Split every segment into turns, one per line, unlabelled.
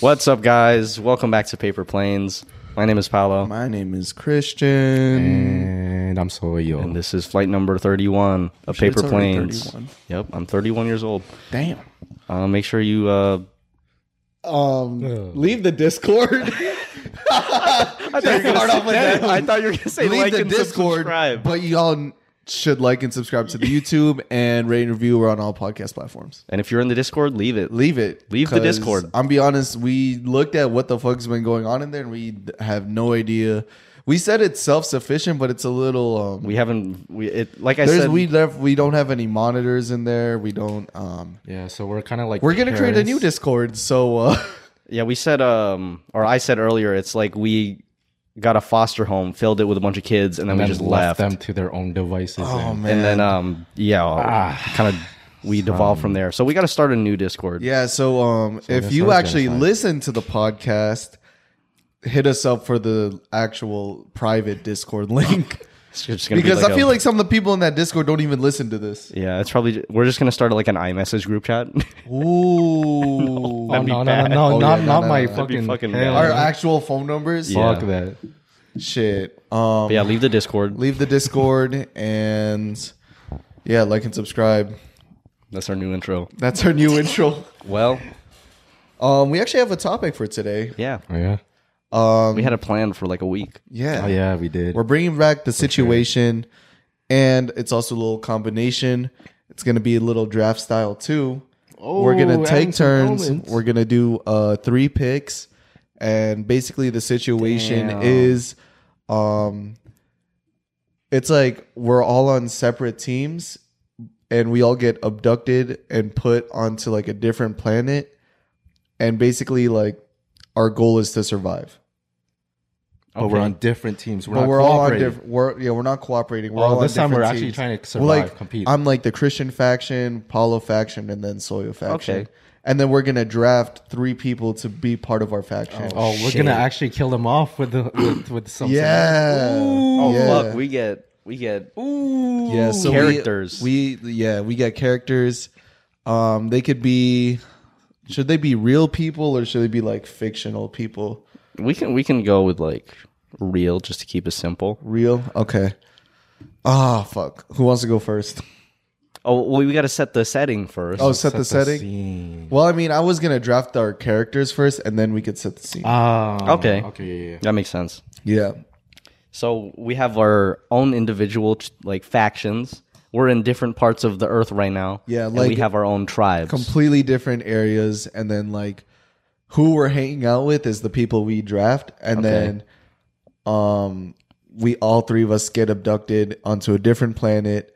What's up, guys? Welcome back to Paper Planes. My name is Paolo,
My name is Christian.
And I'm Soyo.
and this is flight number 31 of
Shit, it's
Paper
already
Planes.
31.
Yep, I'm 31 years old.
Damn.
Uh, make sure you uh,
Um, leave the Discord. Start off with that.
I thought you were going to say
leave
like
the
and
Discord,
subscribe.
but y'all should like and subscribe to the YouTube and rate and review. We're on all podcast platforms.
And if you're in the Discord, leave it.
Leave it.
Leave the
'cause
Discord.
I'm be honest. We looked at what the fuck's been going on in there, and we have no idea. We said it's self sufficient, but it's a little. Um,
We haven't. We it like I
there's
said.
we left. We don't have any monitors in there. We don't. Um,
Yeah, so we're kind of like
we're gonna create a new
parents.
Discord. So. Uh,
yeah, we said. Um, or I said earlier. It's like we got a foster home, filled it with a bunch of kids, and then we
and
just left.
them to their own devices.
oh
and-
man.
and then um, yeah, kind of we devolved from there. So we got to start a new Discord.
Yeah, so um if
guess
you
that's gonna
actually
suck.
listen to the podcast, hit us up for the actual private Discord link
It's just gonna be
because I
a-
feel like some of the people in that Discord don't even listen to this.
Yeah, it's probably we're just gonna start like an iMessage group chat.
Ooh.
Oh,
be
no, no, no,
bad.
no,
Oh,
not,
yeah, no,
not
no,
my
no. That'd
be
fucking,
fucking
hell.
bad.
Our actual phone numbers?
Yeah.
Fuck that.
Shit. Um
But yeah, leave the Discord.
leave the Discord and yeah, like and subscribe.
That's our new intro.
That's our new intro.
Well,
Um we actually have a topic for today.
yeah,
Oh, yeah.
Um
we had a plan for like a week.
yeah.
Oh yeah, we did.
We're bringing back the situation, and it's also a little combination. It's going to be a little draft style too. We're going
Oh,
to take
Adam's
turns.
moments.
We're going to do uh, three picks, and basically the situation
Damn.
is, um, it's like we're all on separate teams, and we all get abducted and put onto like a different planet, and basically like our goal is to survive.
but we're on different teams. We're
But
not
we're all on
cooperating.
different. We're yeah, we're not cooperating. We're all
Oh,
on
this time we're
different
actually
teams.
trying to survive,
Well, like
compete.
I'm like the Christian faction, Paulo faction, and then Soyo faction.
Okay.
And then we're gonna draft three people to be part of our faction.
oh, we're
Shit.
gonna actually kill them off with the with, with something.
yeah.
Oh
yeah.
fuck, we get we get
yeah. So we-
characters.
We, yeah we got characters. Um, they could be. Should they be real people or should they be like fictional people?
we can we can go with like real just to keep it simple.
Real? Okay. Ah, fuck. Who wants to go first?
Oh, well, we got to set the setting first.
Oh, set, the setting.
setting.
Well, I mean, I was gonna draft our characters first, and then we could set the scene.
Ah.
Okay.
Okay. Yeah. yeah.
that makes sense.
yeah,
So we have our own individual ch- like factions. We're in different parts of the earth right now.
Yeah,
and
like-
we have our own tribes.
completely different areas, and then like who we're hanging out with is the people we draft, and then um, we all three of us get abducted onto a different planet,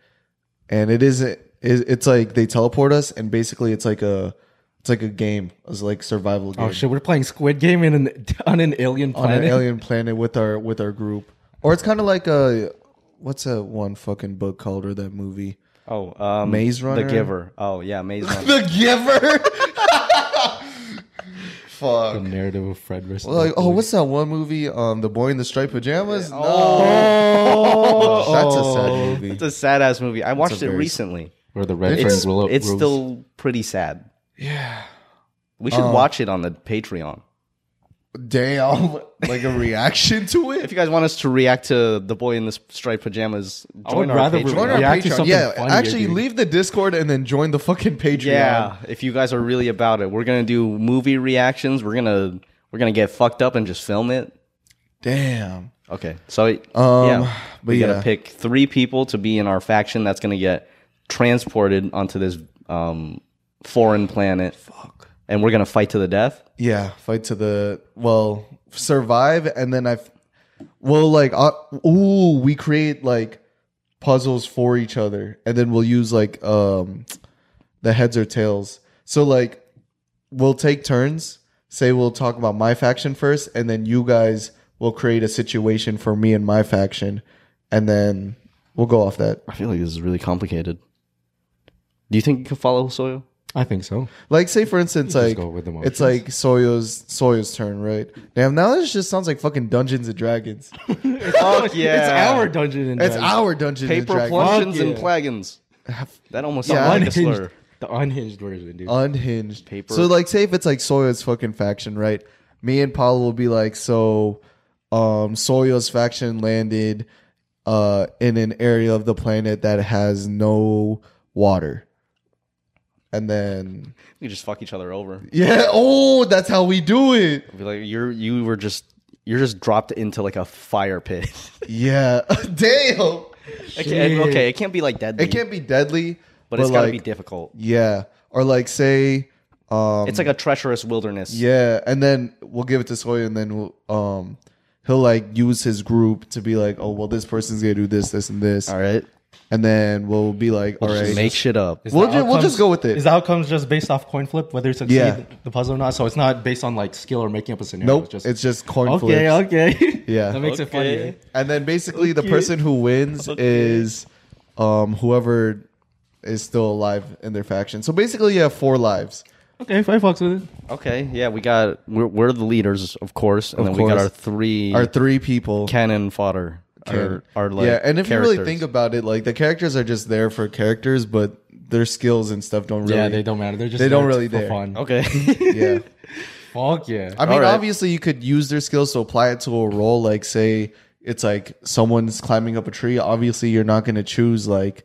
and it isn't. it- It's like they teleport us, and basically it's like a it's like a game. It's like survival game
Oh shit, we're playing Squid Game in an, on an alien
on
planet.
an alien planet with our with our group, or it's kind of like a what's that one fucking book called or that movie.
oh, um,
Maze Runner?
the Giver. Oh yeah, Maze Runner.
The Giver.
The
Fuck.
narrative of Fred versus.
Like, oh,
Dracula.
what's that one movie? Um, The Boy in the Striped Pajamas. No, Oh. that's a sad movie.
it's a sad ass movie. I watched it
very-
recently.
Where the red
It's-
fern will
It's
rules.
still pretty sad. Yeah. We
Oh.
should watch it on the Patreon.
Damn, like a reaction to
If
it.
you guys want us to react to the boy in the striped pajamas,
I
join
would
our
rather
Patreon.
Join our
React to
Patreon.
something
Yeah,
funnier,
actually,
dude.
leave the Discord and then join the fucking Patreon.
Yeah, if you guys are really about it, we're gonna do movie reactions. We're gonna we're gonna get fucked up and just film it.
Damn.
Okay, so
Um,
yeah,
but
we gotta
yeah.
pick three people to be in our faction that's gonna get transported onto this um, foreign planet. Fuck. And we're gonna fight to the death.
Yeah, fight to the well, survive, and then I, f- well, like, uh, ooh, we create like puzzles for each other, and then we'll use like um, the heads or tails. So like, we'll take turns. Say we'll talk about my faction first, and then you guys will create a situation for me and my faction, and then we'll go off that.
I feel like this is really complicated. Do you think you can follow Soyo?
I think so.
Like, say for instance, like
go with emotions.
it's like Soyo's Soyo's turn, right? Damn, now this just sounds like fucking Dungeons and Dragons.
Fuck
It's our dungeon and
It's
Dragons.
our Dungeons and
paper
Dragons.
plungeons
Fuck
and plagons. That almost
Yeah.
sounds like a slur.
The unhinged version,
Uh,
dude.
unhinged
Paper.
So like, say if it's like Soya's fucking faction, right? Me and Paolo will be like, so, um, Soya's faction landed, uh, in an area of the planet that has no water, and then
We just fuck each other over.
yeah, oh, that's how we do it.
Be like you're you were just you're just dropped into like a fire pit.
Yeah, damn,
okay, okay, it can't be like deadly,
it can't be deadly,
but it's got to
like,
be difficult.
yeah, or like say, um,
It's like a treacherous wilderness.
Yeah, and then we'll give it to Soy, and then we'll, um, he'll like use his group to be like, oh well, this person's gonna do this, this, and this,
All right.
and then we'll be like, all
Just
right,
make shit up.
we'll ju- we'll just go with it.
Is the outcomes just based off coin flip, whether you succeed
Yeah.
the puzzle or not? So it's not based on like skill or making up a scenario.
nope, it's just, coin
okay,
flips.
okay.
Yeah.
that makes it
Okay.
funnier.
And then basically, the person who wins is, um, whoever is still alive in their faction. So basically, you have four lives.
Okay, if I fucks with it.
Okay. Yeah, we got we're, we're the leaders, of course, and
Of
then we got
course.
our three
Our three people.
cannon fodder. Our, our like
yeah, and if you really
characters.
think about it, like the characters are just there for characters, but their skills and stuff don't really.
Yeah, they don't matter. They're just
They don't
there
really
for
there.
fun.
okay.
Yeah.
Fuck yeah.
I mean,
All right.
obviously, you could use their skills to apply it to a role. Like, say it's like someone's climbing up a tree. Obviously, you're not going to choose like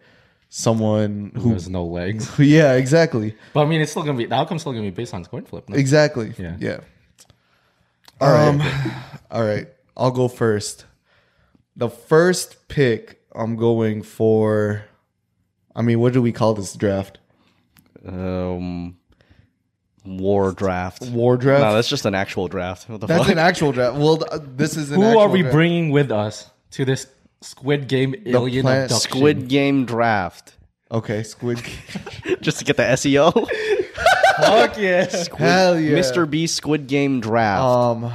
someone who.
There's no legs.
Yeah, exactly,
But I mean, it's still gonna be the outcome's still gonna be based on coin flip. No?
exactly.
Yeah.
yeah. All right, all right. I'll go first. The first pick I'm going for. I mean, what do we call this draft?
um, war draft.
War draft.
No, that's just an actual draft. What the
that's
fuck?
an actual draft. Well, th- this is an
Who
actual
are we
draft.
bringing with us to this Squid Game alien
plant-
abduction?
Squid Game draft.
Okay, Squid.
Just to get the E SEO.
Fuck yeah.
Hell yeah,
Mr. B Squid Game draft.
Um,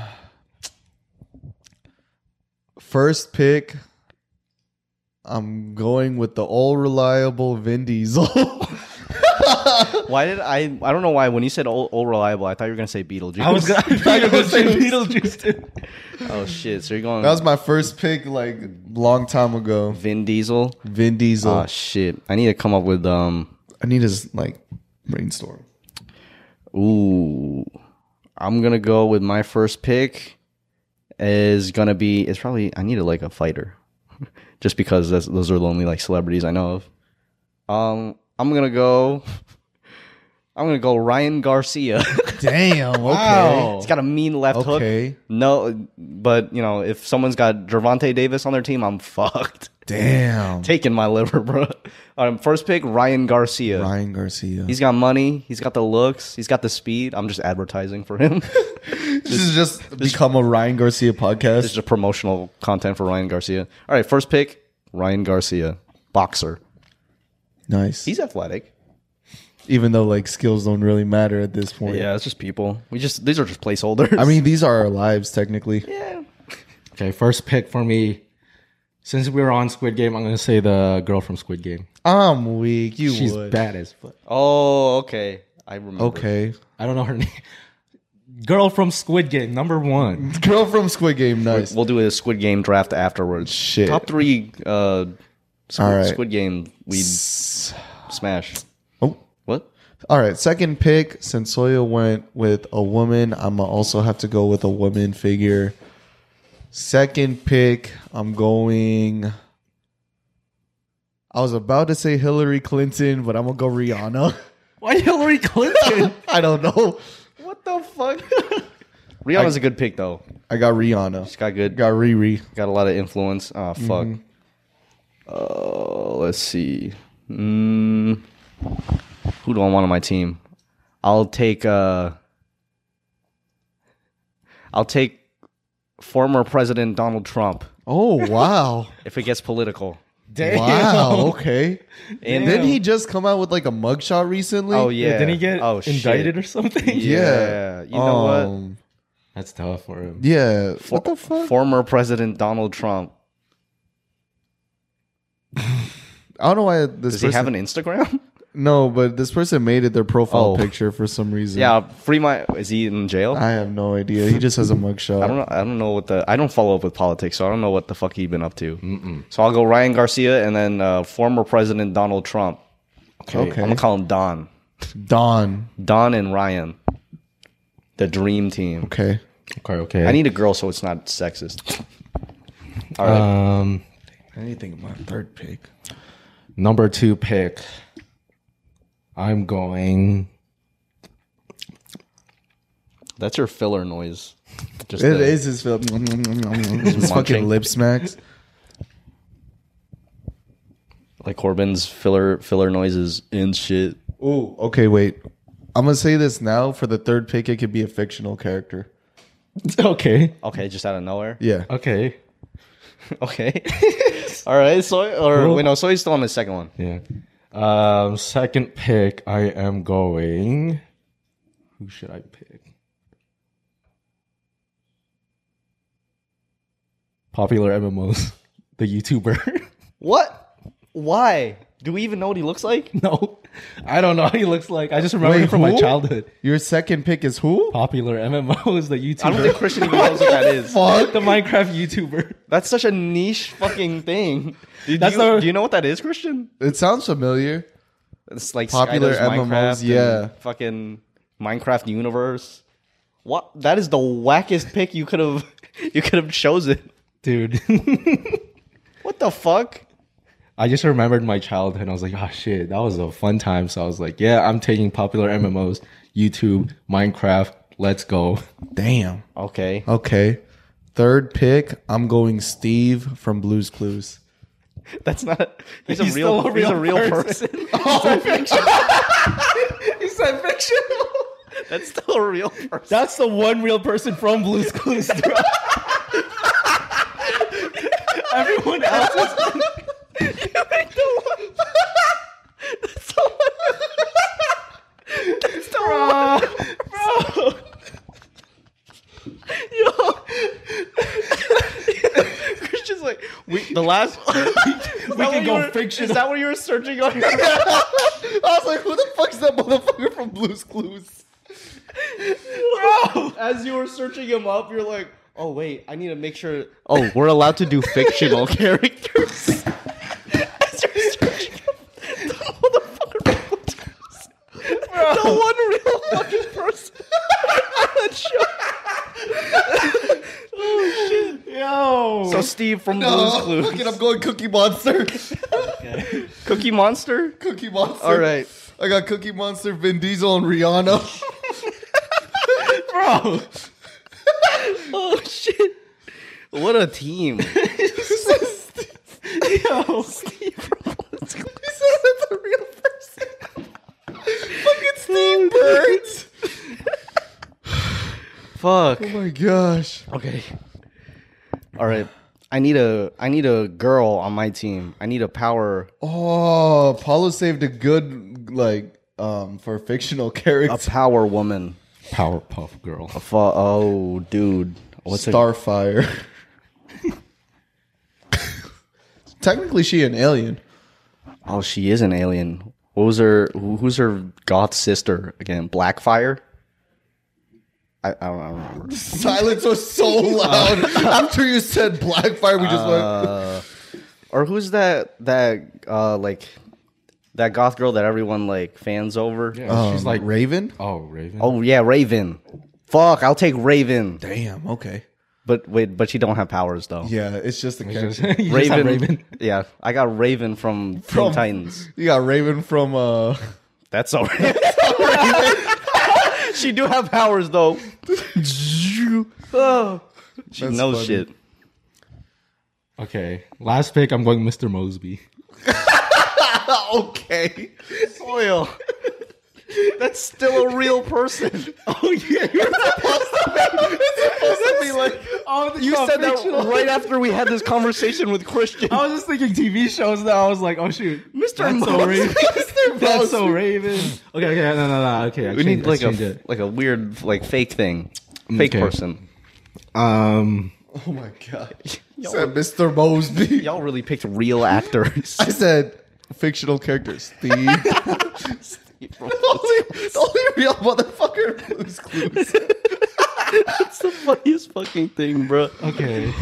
first pick, I'm going with the all reliable Vin Diesel.
Uh,
why did I? I don't know why. When you said all, all reliable, I thought you were gonna say Beetlejuice.
I was gonna, I thought you were gonna say Beetlejuice. Too.
oh shit! So you're going
that was my first pick, like long time ago.
Vin Diesel.
Vin Diesel.
Oh shit! I need to come up with um.
Ah, I need his like brainstorm.
Ooh, I'm gonna go with my first pick. Is gonna be. It's probably. I needed like a fighter, just because that's, those are the only like celebrities I know of. Um, I'm gonna go. I'm gonna go Ryan Garcia.
Damn. Okay.
He's got a mean left
Oh. Okay.
hook. No, but you know, if someone's got Gervonta Davis on their team, I'm fucked.
Damn.
Taking my liver, bro. Um, first pick, Ryan Garcia.
Ryan Garcia.
He's got money. He's got the looks. He's got the speed. I'm just advertising for him.
this is just become a Ryan Garcia
this
podcast.
is a promotional content for Ryan Garcia. All right, first pick, Ryan Garcia, boxer.
Nice.
He's athletic.
Even though like skills don't really matter at this point.
Yeah, it's just people. We just these are just placeholders.
I mean, these are our lives technically.
yeah.
Okay, first pick for me. Since we were on Squid Game, I'm gonna say the girl from Squid Game.
I'm weak. You
She's
would.
bad as fuck.
Oh, okay. I remember.
Okay.
I don't know her name. Girl from Squid Game, number one.
Girl from Squid Game, nice.
We'll do a Squid Game draft afterwards.
Shit.
Top three uh, Squid,
All right.
Squid Game we
S-
smash.
Oh.
What?
All right, second pick. Since Soya went with a woman, I'm gonna also have to go with a woman figure. Second pick, I'm going. I was about to say Hillary Clinton, but I'm gonna go Rihanna.
Why Hillary Clinton?
I don't know.
What the fuck? Rihanna's a good pick though.
I got Rihanna.
She's got good.
Got Riri.
got a lot of influence. Oh fuck. Uh, let's see. Mm, who do I want on my team? I'll take. Uh, I'll take former President Donald Trump
Oh wow!
if it gets political.
Damn.
wow. Okay.
And
Didn't he just come out with like a mugshot recently?
oh yeah.
Didn't he get
oh, shit.
indicted or something?
Yeah. You know what?
Um,
That's tough for him.
Yeah. what the fuck?
Former President Donald Trump.
I don't know why
Does
this person.
he have an Instagram?
no, but this person made it their profile
Oh.
picture for some reason.
yeah. Free my. Is he in jail? I,
I have no idea. He just has a mugshot.
don't know. I don't know what the. I don't follow up with politics, so I don't know what the fuck he been up to. So I'll go Ryan Garcia and then uh, former President Donald Trump.
Okay.
I'm gonna call him Don.
Don.
Don and Ryan, the dream team.
Okay.
Okay, okay.
I need a girl, so it's not sexist. All
Uh,
right,
um
Anything about third pick?
number two pick. I'm going.
that's your filler noise. Just
It
the-
is his film. His fucking
munching.
lip smacks.
like Corbin's filler filler noises and shit.
Ooh, okay, wait. I'm gonna say this now. For the third pick, it could be a fictional character.
okay,
Okay, just out of nowhere.
Yeah.
okay,
Okay. All right, soy or wait, no, soy's still on the second one.
yeah. Um, second pick. I am going. Who should I pick? Popular MMOs, the YouTuber.
What? Why? Do we even know what he looks like?
no, I don't know. How he looks like. I just remember
Wait,
him from my
who?
childhood.
Your second pick is who?
Popular MMOs, the
I don't
YouTuber,
think Christian even knows what that is.
Fuck.
the Minecraft YouTuber.
That's such a niche fucking thing. Do, do
That's
you,
not-
do you know what that is, Christian?
It sounds familiar.
It's like
Popular
Skyler's
MMOs,
Minecraft and
yeah.
fucking Minecraft universe. What? That is the wackest pick you could have you could have chosen.
Dude,
What the fuck?
I just remembered my childhood. and I was like, oh shit, that was a fun time. So I was like, yeah, I'm taking popular MMOs, YouTube, Minecraft. Let's go.
Damn.
Okay.
Okay. Third pick, I'm going Steve from Blues Clues.
That's not he's,
He's
a real
still a
he's a
real
real
person.
person. Oh,
Is that fictional?
That's still a real person.
That's the one real person from Blue's Clues. bro. Everyone else is
That's the wrong
bro.
Christian's like we the last
We
Is that
can
what
go
you were-
fictional.
Is that what you were searching on?
I was like, who the fuck's that motherfucker from Blues Clues?
Bro, as you were searching him up, you're like, oh wait, I need to make sure. Oh, we're allowed to do fictional characters. as you're searching him, the motherfucker from Blue's Clues. the one real fucking person. on that show.
Yo.
So Steve from
Oh,
Blue's
fuck it,
Clues,
I'm going Cookie Monster.
Cookie Monster.
Cookie Monster.
All right.
I got Cookie Monster, Vin Diesel, and Rihanna.
bro.
Oh shit! What a team.
Yo.
Steve from Blue's Clues.
that's a real person. Fucking Steve Burns.
Fuck.
Oh my gosh.
Okay. All right. I need a I need a girl on my team. I need a power
Oh, Paulo saved a good like um for a fictional
a
character.
power woman.
Powerpuff Girl.
Fu- oh, dude. What's a-
Starfire. Technically, she an alien.
Oh, she is an alien. What was her who- who's her goth sister again? Blackfire? I, I, don't, I don't remember.
Silence was so
Uh,
loud after you said Blackfire. We just
Or who's that that uh like that goth girl that everyone like fans over?
Yeah,
went.
she's
um,
like.
Raven.
oh, Raven.
Oh yeah, Raven. Fuck, I'll take Raven.
Damn. Okay.
But wait, but she don't have powers though.
Yeah, it's just a
Just-
character.
you just have
Raven,
Raven.
Yeah, I got Raven from, Teen
From-
Titans.
You got Raven from uh.
That's all right. she do have powers though. Oh, she
That's
knows
funny.
shit.
Okay. Last pick, I'm going Mr. Mosby.
okay.
Soil. That's still a real person.
Oh yeah, you're oh,
That'd be like- you said that right after we had this conversation with Christian.
I was just thinking TV shows. That I was like, oh shoot,
Mr.
That's so
Mosby.
Raven.
Mr.
That's so Raven. Okay, okay, no, no, no. Okay, I
we need like a
it. Mm,
like a weird like fake thing, fake
Okay.
person.
um.
Oh my god. You said Mr. Mosby.
Y'all really picked real actors.
I said fictional characters. Steve. the, only, the only real motherfucker in Blue's Clues.
That's the funniest fucking thing, bro.
Okay.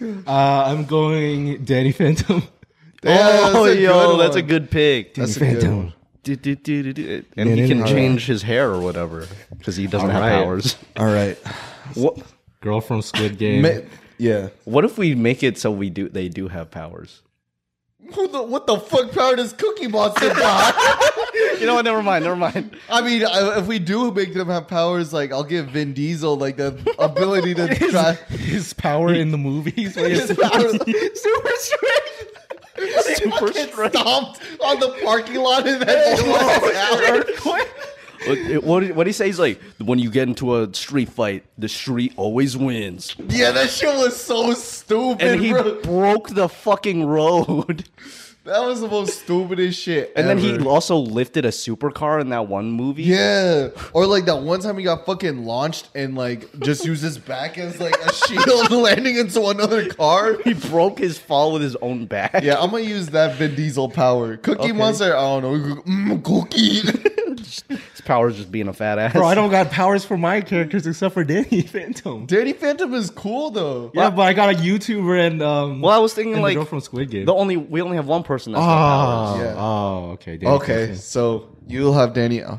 Uh, I'm going Danny Phantom.
Yeah,
oh,
that's a
yo,
good
that's a
one.
good pick.
That's a good one.
do, do, do, do, do. and he can
Alright.
change his hair or whatever because he doesn't have
Alright.
powers.
All right.
What
Girl from Squid Game.
Ma- yeah.
What if we make it so we do they do have powers?
Who the, what the fuck power does Cookie Monster got?
You know what? Never mind. Never mind.
I mean, I, if we do make them have powers, like I'll give Vin Diesel like the ability to try.
his power in the movies. where
His
he's-
powers, super strength.
Super
Get
strength.
stomped on the parking lot and then they lost power.
What what what he say? He's like when you get into a street fight, the street always wins.
Yeah, that shit was so stupid,
And he
bro.
broke the fucking road.
That was the most stupidest shit.
And then he
ever.
also lifted a supercar in that one movie.
Yeah. Or like that one time he got fucking launched and like just used his back as like a shield landing into another car.
He broke his fall with his own back.
Yeah, I'm gonna use that Vin Diesel power. Cookie
Okay.
Monster, I don't know. Mm, cookie.
His power is just being a fat ass.
Bro, I don't got powers for my characters except for Danny Phantom.
Dirty Phantom is cool though.
Yeah, but I got a YouTuber and um.
Well, I was thinking
and the
like
girl from Squid Game.
the only we only have one person that's got
oh,
powers.
Yeah.
oh, okay. Danny
Okay,
Phantom.
so you'll have Danny, uh,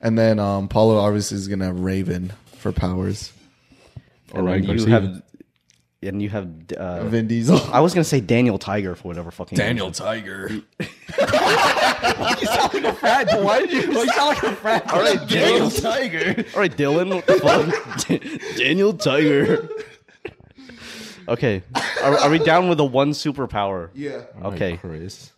and then um, Paulo obviously is gonna have Raven for powers.
All
And
right,
then you
Garcia.
have and you have uh,
Vin Diesel.
I was gonna say Daniel Tiger for whatever fucking
Tiger.
Why did you?
Well, you sound like a frat.
All right, Daniel.
Tiger.
All right, Dylan. What the fuck? Daniel Tiger. Okay, are, are we down with the one superpower?
Yeah.
Okay.
Chris.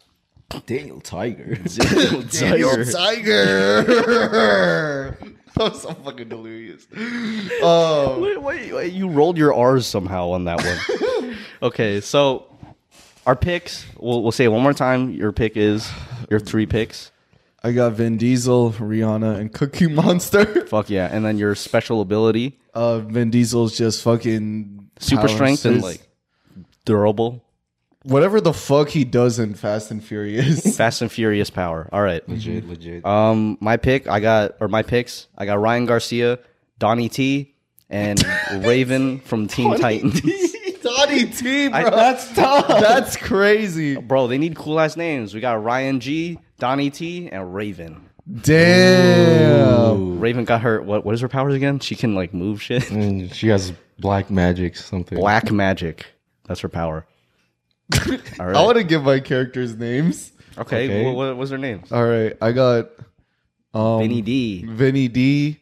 Daniel Tiger.
Daniel
Daniel
Tiger.
Tiger. that was so fucking delirious. Um,
Wait, wait, wait, you rolled your R's somehow on that one. okay, so our picks. We'll, we'll say it one more time. Your pick is your three picks.
I got Vin Diesel, Rihanna, and Cookie Monster.
Fuck yeah, and then your special ability,
Uh, Vin Diesel's just fucking
super
power
strength, and
sus-
like durable,
whatever the fuck he does in Fast and Furious.
fast and furious power. All right.
legit, legit.
Um, my pick, I got, or my picks, I got Ryan Garcia, Donnie T, and Raven from Teen Titans.
Donnie T, bro.
I-
that's tough. That's crazy.
Bro, they need cool ass names. We got Ryan G, Donnie T, and Raven.
Damn.
Raven got her, what, what is her powers again? She can like move shit.
And Mm, she has black magic something.
Black magic. That's her power. All
I
right.
want to give my characters names.
Okay.
Oh, Okay.
What, what was her name?
All right, I got um,
Vinny D.
Vinny D,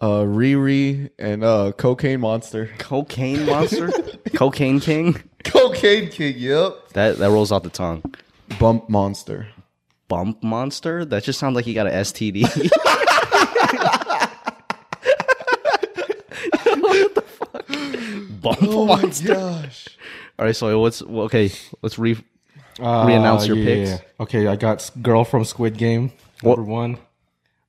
uh, Riri, and uh, Cocaine Monster.
Cocaine monster? Cocaine king?
Cocaine King. Yep.
That, that rolls off the tongue.
Bump Monster.
Bump monster? That just sounds like he got an STD. Bump
Oh my
monster.
gosh.
All right, so what's well, okay? Let's re.
Ah,
Uh,
Reannounce your picks.
Okay, I got s- girl from Squid Game. Number one.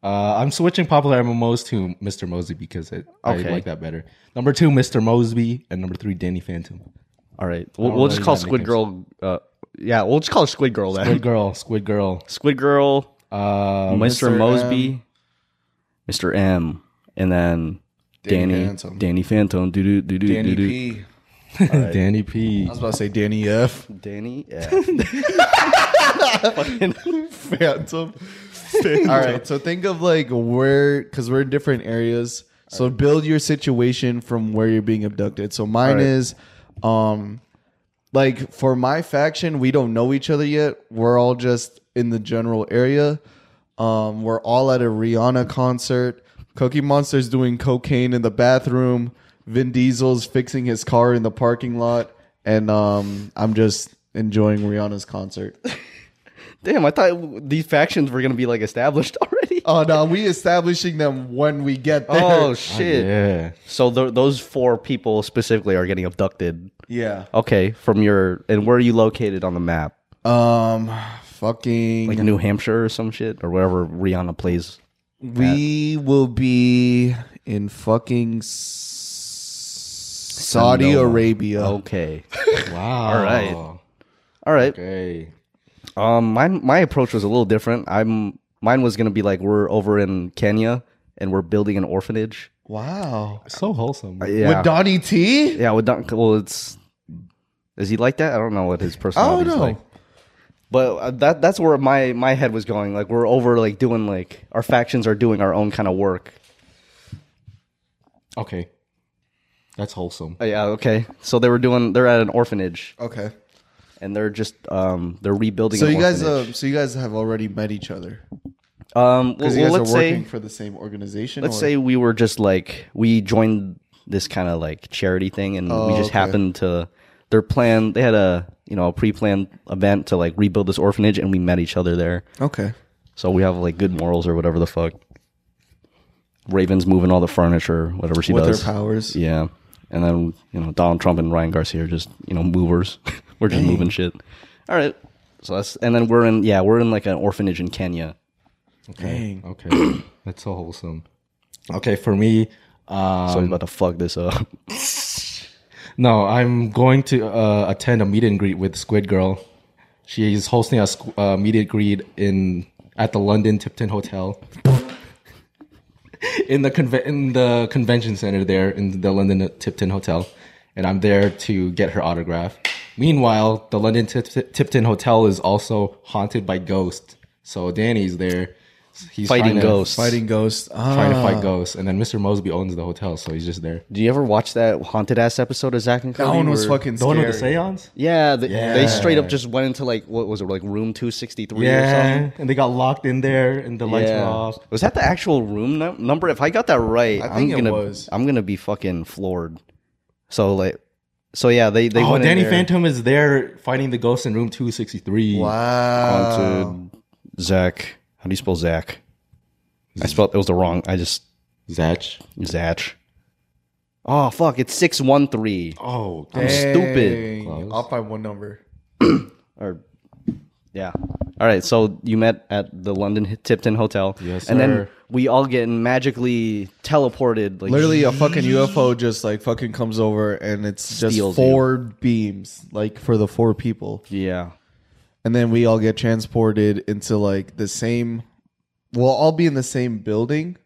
Uh, I'm switching popular MMOs to Mr. Mosby because it,
Okay.
I like that better. Number two, Mr. Mosby, and number three, Danny Phantom.
All right, we'll,
don't
we'll
know
just
if
call
that
Squid
makes
Girl. Uh, yeah, we'll just call her Squid Girl then.
Squid
Squid,
Girl, Squid Girl.
Girl,
Uh,
Mr.
Mr.
Mosby, Mr. M, and then
Danny
Danny.
Phantom.
Danny Phantom. Do do do do do do.
P.
Danny P.
I was about to say Danny F.
Danny. Yeah.
Phantom. All right. So think of like where, because we're in different areas. So build your situation from where you're being abducted. So mine
right.
is, um, like for my faction, we don't know each other yet. We're all just in the general area. Um, we're all at a Rihanna concert. Cookie Monster's doing cocaine in the bathroom. Vin Diesel's fixing his car in the parking lot, and um, I'm just enjoying Rihanna's concert.
Damn, I thought these factions were gonna be like established already.
Oh no, we establishing them when we get there.
Oh
Oh,
shit!
yeah.
So th- those four people specifically are getting abducted.
yeah.
Okay, from your and where are you located on the map?
Um, fucking.
Like New Hampshire or some shit or wherever Rihanna plays.
we will be in fucking S- Saudi
Sonoma.
Arabia.
Okay,
Wow.
All right. all right.
Okay.
Um, mine my approach was a little different. I'm mine was gonna be like we're over in Kenya and we're building an orphanage.
Wow.
So wholesome.
Yeah,
With Donnie T.
yeah. With Don, well, it's is he like that? I don't know what his
I don't
personality is
know.
like. But uh, that that's where my my head was going. Like we're over like doing like our factions are doing our own kind of work.
Okay, that's wholesome.
Uh, yeah, okay. So they were doing they're at an orphanage
Okay.
and they're just um they're rebuilding.
So
an
you guys,
orphanage.
uh, so you guys have already met each other
um well,
because you guys
well, let's
are working
say
for the same organization.
let's
or-
say we were just like we joined this kind of like charity thing and we
Oh,
just
okay.
happened to their plan they had a you know a pre-planned event to like rebuild this orphanage and we met each other there
okay.
so we have like good morals or whatever the fuck raven's moving all the furniture whatever she
With
does
their powers,
yeah and then you know donald trump and ryan garcia are just you know movers we're just moving shit all right so that's and then we're in yeah we're in like an orphanage in kenya
dang.
Okay, that's so wholesome. Okay, for me, uh,
so i'm about to fuck this up
no, I'm going to uh, attend a meet and greet with Squid Girl. She is hosting a squ- uh, meet and greet in at the London Tipton Hotel. in the conve- in the convention center there in the London Tipton Hotel, and I'm there to get her autograph. Meanwhile, the London Tip- Tipton Hotel is also haunted by ghosts. So Danny's there. He's
Fighting
trying to-
ghosts.
Fighting ghosts. Ah,
trying to fight ghosts, and then Mr. Mosby owns the hotel, so he's just there.
Do you ever watch that haunted ass episode of Zach and
that
Cody?
one was
where-
fucking.
The one with the
scary.
seance?
Yeah, they,
Yeah.
they straight up just went into like what was it like room two sixty three or something.
Yeah, and they got locked in there, and the lights were
Yeah,
off.
was that the actual room num- number? If I got that right, I
think it
am gonna
was.
I'm gonna be fucking floored. So like, so yeah, they they
Oh,
went in
Danny
there,
Phantom is there fighting the ghost in room 263.
Wow.
haunted Zach. How do you spell Zach? I spelled it was the wrong. I just
Zatch.
Zach. Oh fuck! It's six one three
Oh,
stupid.
Dang. I'll find one number.
or yeah. All right, so you met at the London Tipton Hotel,
Yes,
and then
sir.
we all get magically teleported. Like
Literally, a fucking UFO just like fucking comes over, and it's just
Steals
four beams, like for the four people,
yeah,
and then we all get transported into like the same. We'll all be in the same building,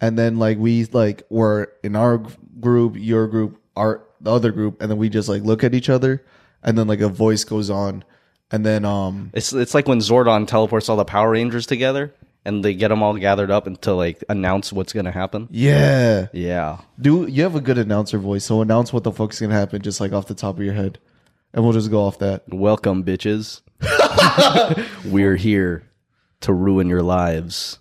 and then like we like were in our g- group, your group, our the other group, and then we just like look at each other, and then like a voice goes on, and then um
it's it's like when Zordon teleports all the Power Rangers together, and they get them all gathered up and to like announce what's gonna happen.
yeah,
Yeah,
Do you have a good announcer voice? So announce what the fuck's gonna happen, just like off the top of your head, and we'll just go off that.
welcome, bitches. We're here to ruin your lives.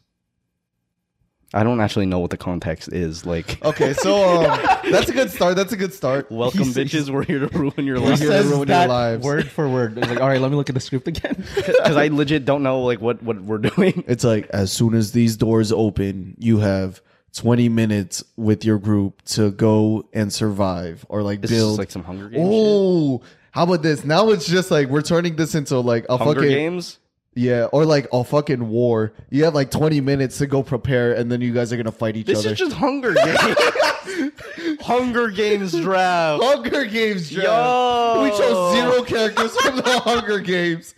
I don't actually know what the context is. Like,
Okay, so um, that's a good start. That's a good start.
welcome, bitches. We're here to ruin your
We're
lives.
here to ruin your lives.
word for word. It's like, all right, let me look at the script again.
Because I legit don't know like what what we're doing.
It's like as soon as these doors open, you have twenty minutes with your group to go and survive or like
This
build.
is like some Hunger Games. shit.
oh, how about this? Now it's just like we're turning this into like a
Hunger
fucking
Games.
yeah, or like a fucking war. You have like twenty minutes to go prepare, and then you guys are gonna fight each
This
other.
is just Hunger Games. Hunger Games draft.
Hunger Games draft.
Yo.
We chose zero characters from the Hunger Games.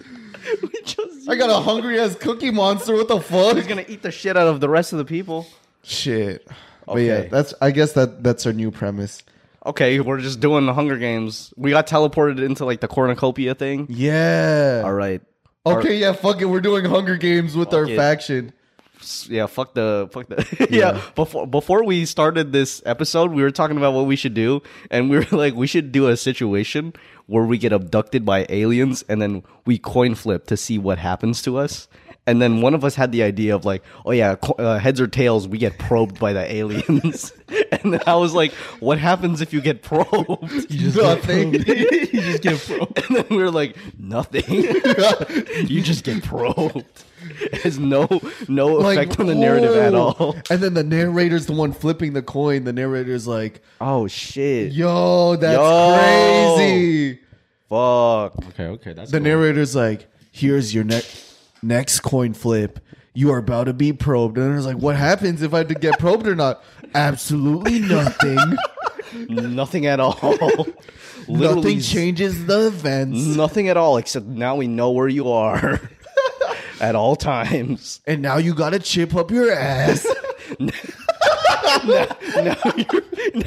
We just-
I got a hungry ass Cookie Monster. What the fuck?
He's gonna eat the shit out of the rest of the people.
Shit. But
Okay.
yeah, that's. I guess that that's our new premise.
Okay, we're just doing the Hunger Games. We got teleported into like the cornucopia thing.
Yeah.
All right.
Okay. Yeah. Fuck it. We're doing Hunger Games with our
it.
faction.
S- Yeah, fuck the fuck the yeah. Before before we started this episode, we were talking about what we should do, and we were like, we should do a situation where we get abducted by aliens, and then we coin flip to see what happens to us. And then one of us had the idea of like, oh yeah, co- uh, heads or tails, we get probed by the aliens. and then I was like, what happens if you get probed?
You just
Nothing.
Get probed. you just get probed.
And then we were like, nothing. you just get probed. It has no no effect on the narrative at
whoa.
all.
And then the narrator's the one flipping the coin. The narrator's like,
Oh shit!
"Yo, that's
Yo.
crazy."
Fuck!
Okay, okay, that's
The
cool.
narrator's like, "Here's your next next coin flip. You are about to be probed." And it's like, "What happens if I did get probed or not?" Absolutely nothing.
Nothing at all. Literally
nothing changes the events.
Nothing at all except now we know where you are at all times.
And now you got to chip up your ass.
Now you,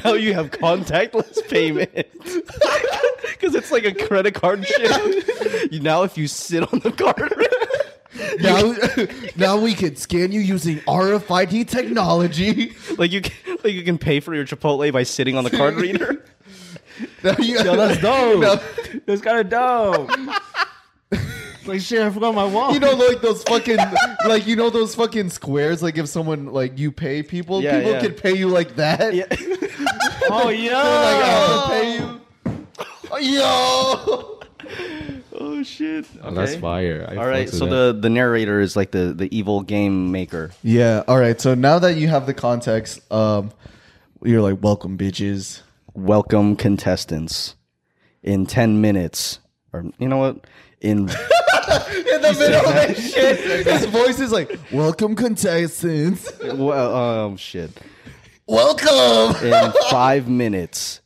now you have contactless payment because it's like a credit card shit. You- now, if you sit on the card,
now, now we can scan you using RFID technology.
like you, can, like you can pay for your Chipotle by sitting on the card reader.
Now you-
dope.
No.
That's kind of dope. like shit, I forgot my wallet.
you know, like those fucking, like you know those fucking squares. Like if someone like you pay people,
Yeah,
people
yeah.
can pay you like that.
Yeah.
oh
Like
yeah.
I'll pay you. Yo.
Oh shit!
That's
Okay.
fire. I
All right,
fucks with
so
that.
the the narrator is like the the evil game maker.
Yeah. All right. So now that you have the context, um, you're like, welcome, bitches.
Welcome contestants. In ten minutes, or you know what? In
In the middle of that shit, his voice is like, welcome, contestants.
well, um, shit.
Welcome.
In five minutes,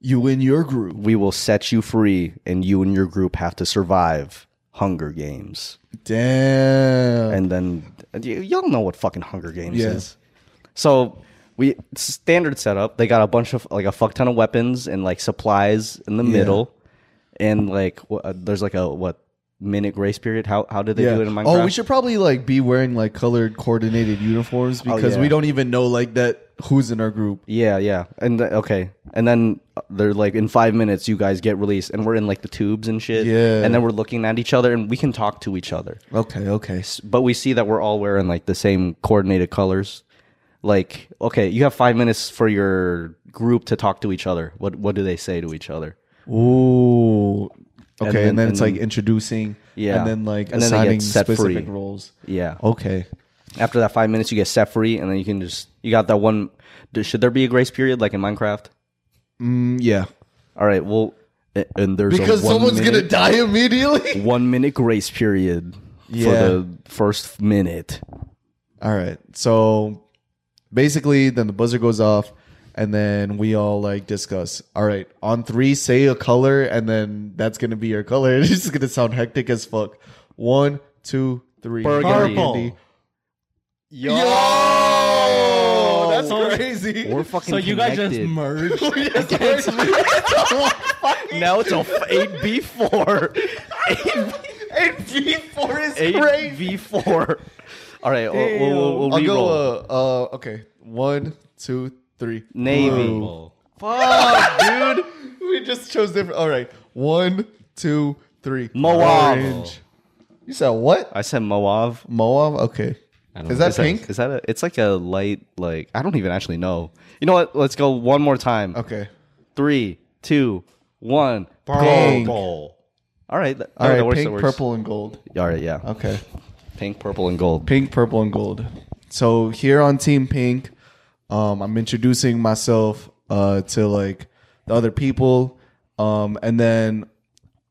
You in your group.
we will set you free, and you and your group have to survive Hunger Games.
Damn.
And then and y- y'all know what fucking Hunger Games
Yeah.
is. So we standard setup. They got a bunch of like a fuck ton of weapons and like supplies in the middle, and like wh- uh, there's like a what minute grace period. How how did they do it in Minecraft?
Oh, we should probably like be wearing like colored coordinated uniforms because
Oh, yeah.
we don't even know like that who's in our group.
Yeah, yeah. And th- okay. And then uh, they're like, in five minutes, you guys get released, and we're in like the tubes and shit.
Yeah.
And then we're looking at each other, and we can talk to each other,
Okay, okay.
but we see that we're all wearing like the same coordinated colors. Like, okay, you have five minutes for your group to talk to each other. What what do they say to each other?
Ooh. Okay, and then,
then- and
it's like
then-
introducing
Yeah.
and then like
And then they get
assigning
set
specific
free.
roles.
Yeah.
Oh.
Okay.
After that five minutes, you get set free, and then you can just you got that one. d- Should there be a grace period like in Minecraft?
Mm, yeah.
All right. Well, a- and there's a
Because
one
someone's
minute-
going to die immediately.
one minute grace period
Yeah.
for the first minute.
all right. So basically then the buzzer goes off and then we all like discuss. All right, on 3 say a color and then that's going to be your color. it's just going to sound hectic as fuck. One, two, three.
Burgundy.
Burgundy.
Yo,
Yo, that's
So-
crazy.
We're fucking
So you guys just
connected.
merged.
now it's a eight B four.
G4 is
Eight V four. All right, we'll, we'll, we'll,
I'll
we'll
go.
re-roll.
Uh, uh, okay, one, two, three.
Navy.
Blue. Fuck, dude. We just chose different. All right, one, two, three.
Moab.
Orange. You said what?
I said Moav.
Moab. Okay.
don't
Is
know.
that
Is that-
pink?
Is that a? It's like a light. Like I don't even actually know. You know what? Let's go one more time.
okay.
Three, two, one.
Pink.
Purple.
All right. That,
All
that
right.
works, that
pink,
works.
purple, and gold.
All right. Yeah.
Okay.
Pink, purple, and gold.
Pink, purple, and gold. So here on Team Pink, um, I'm introducing myself uh, to like the other people, um, and then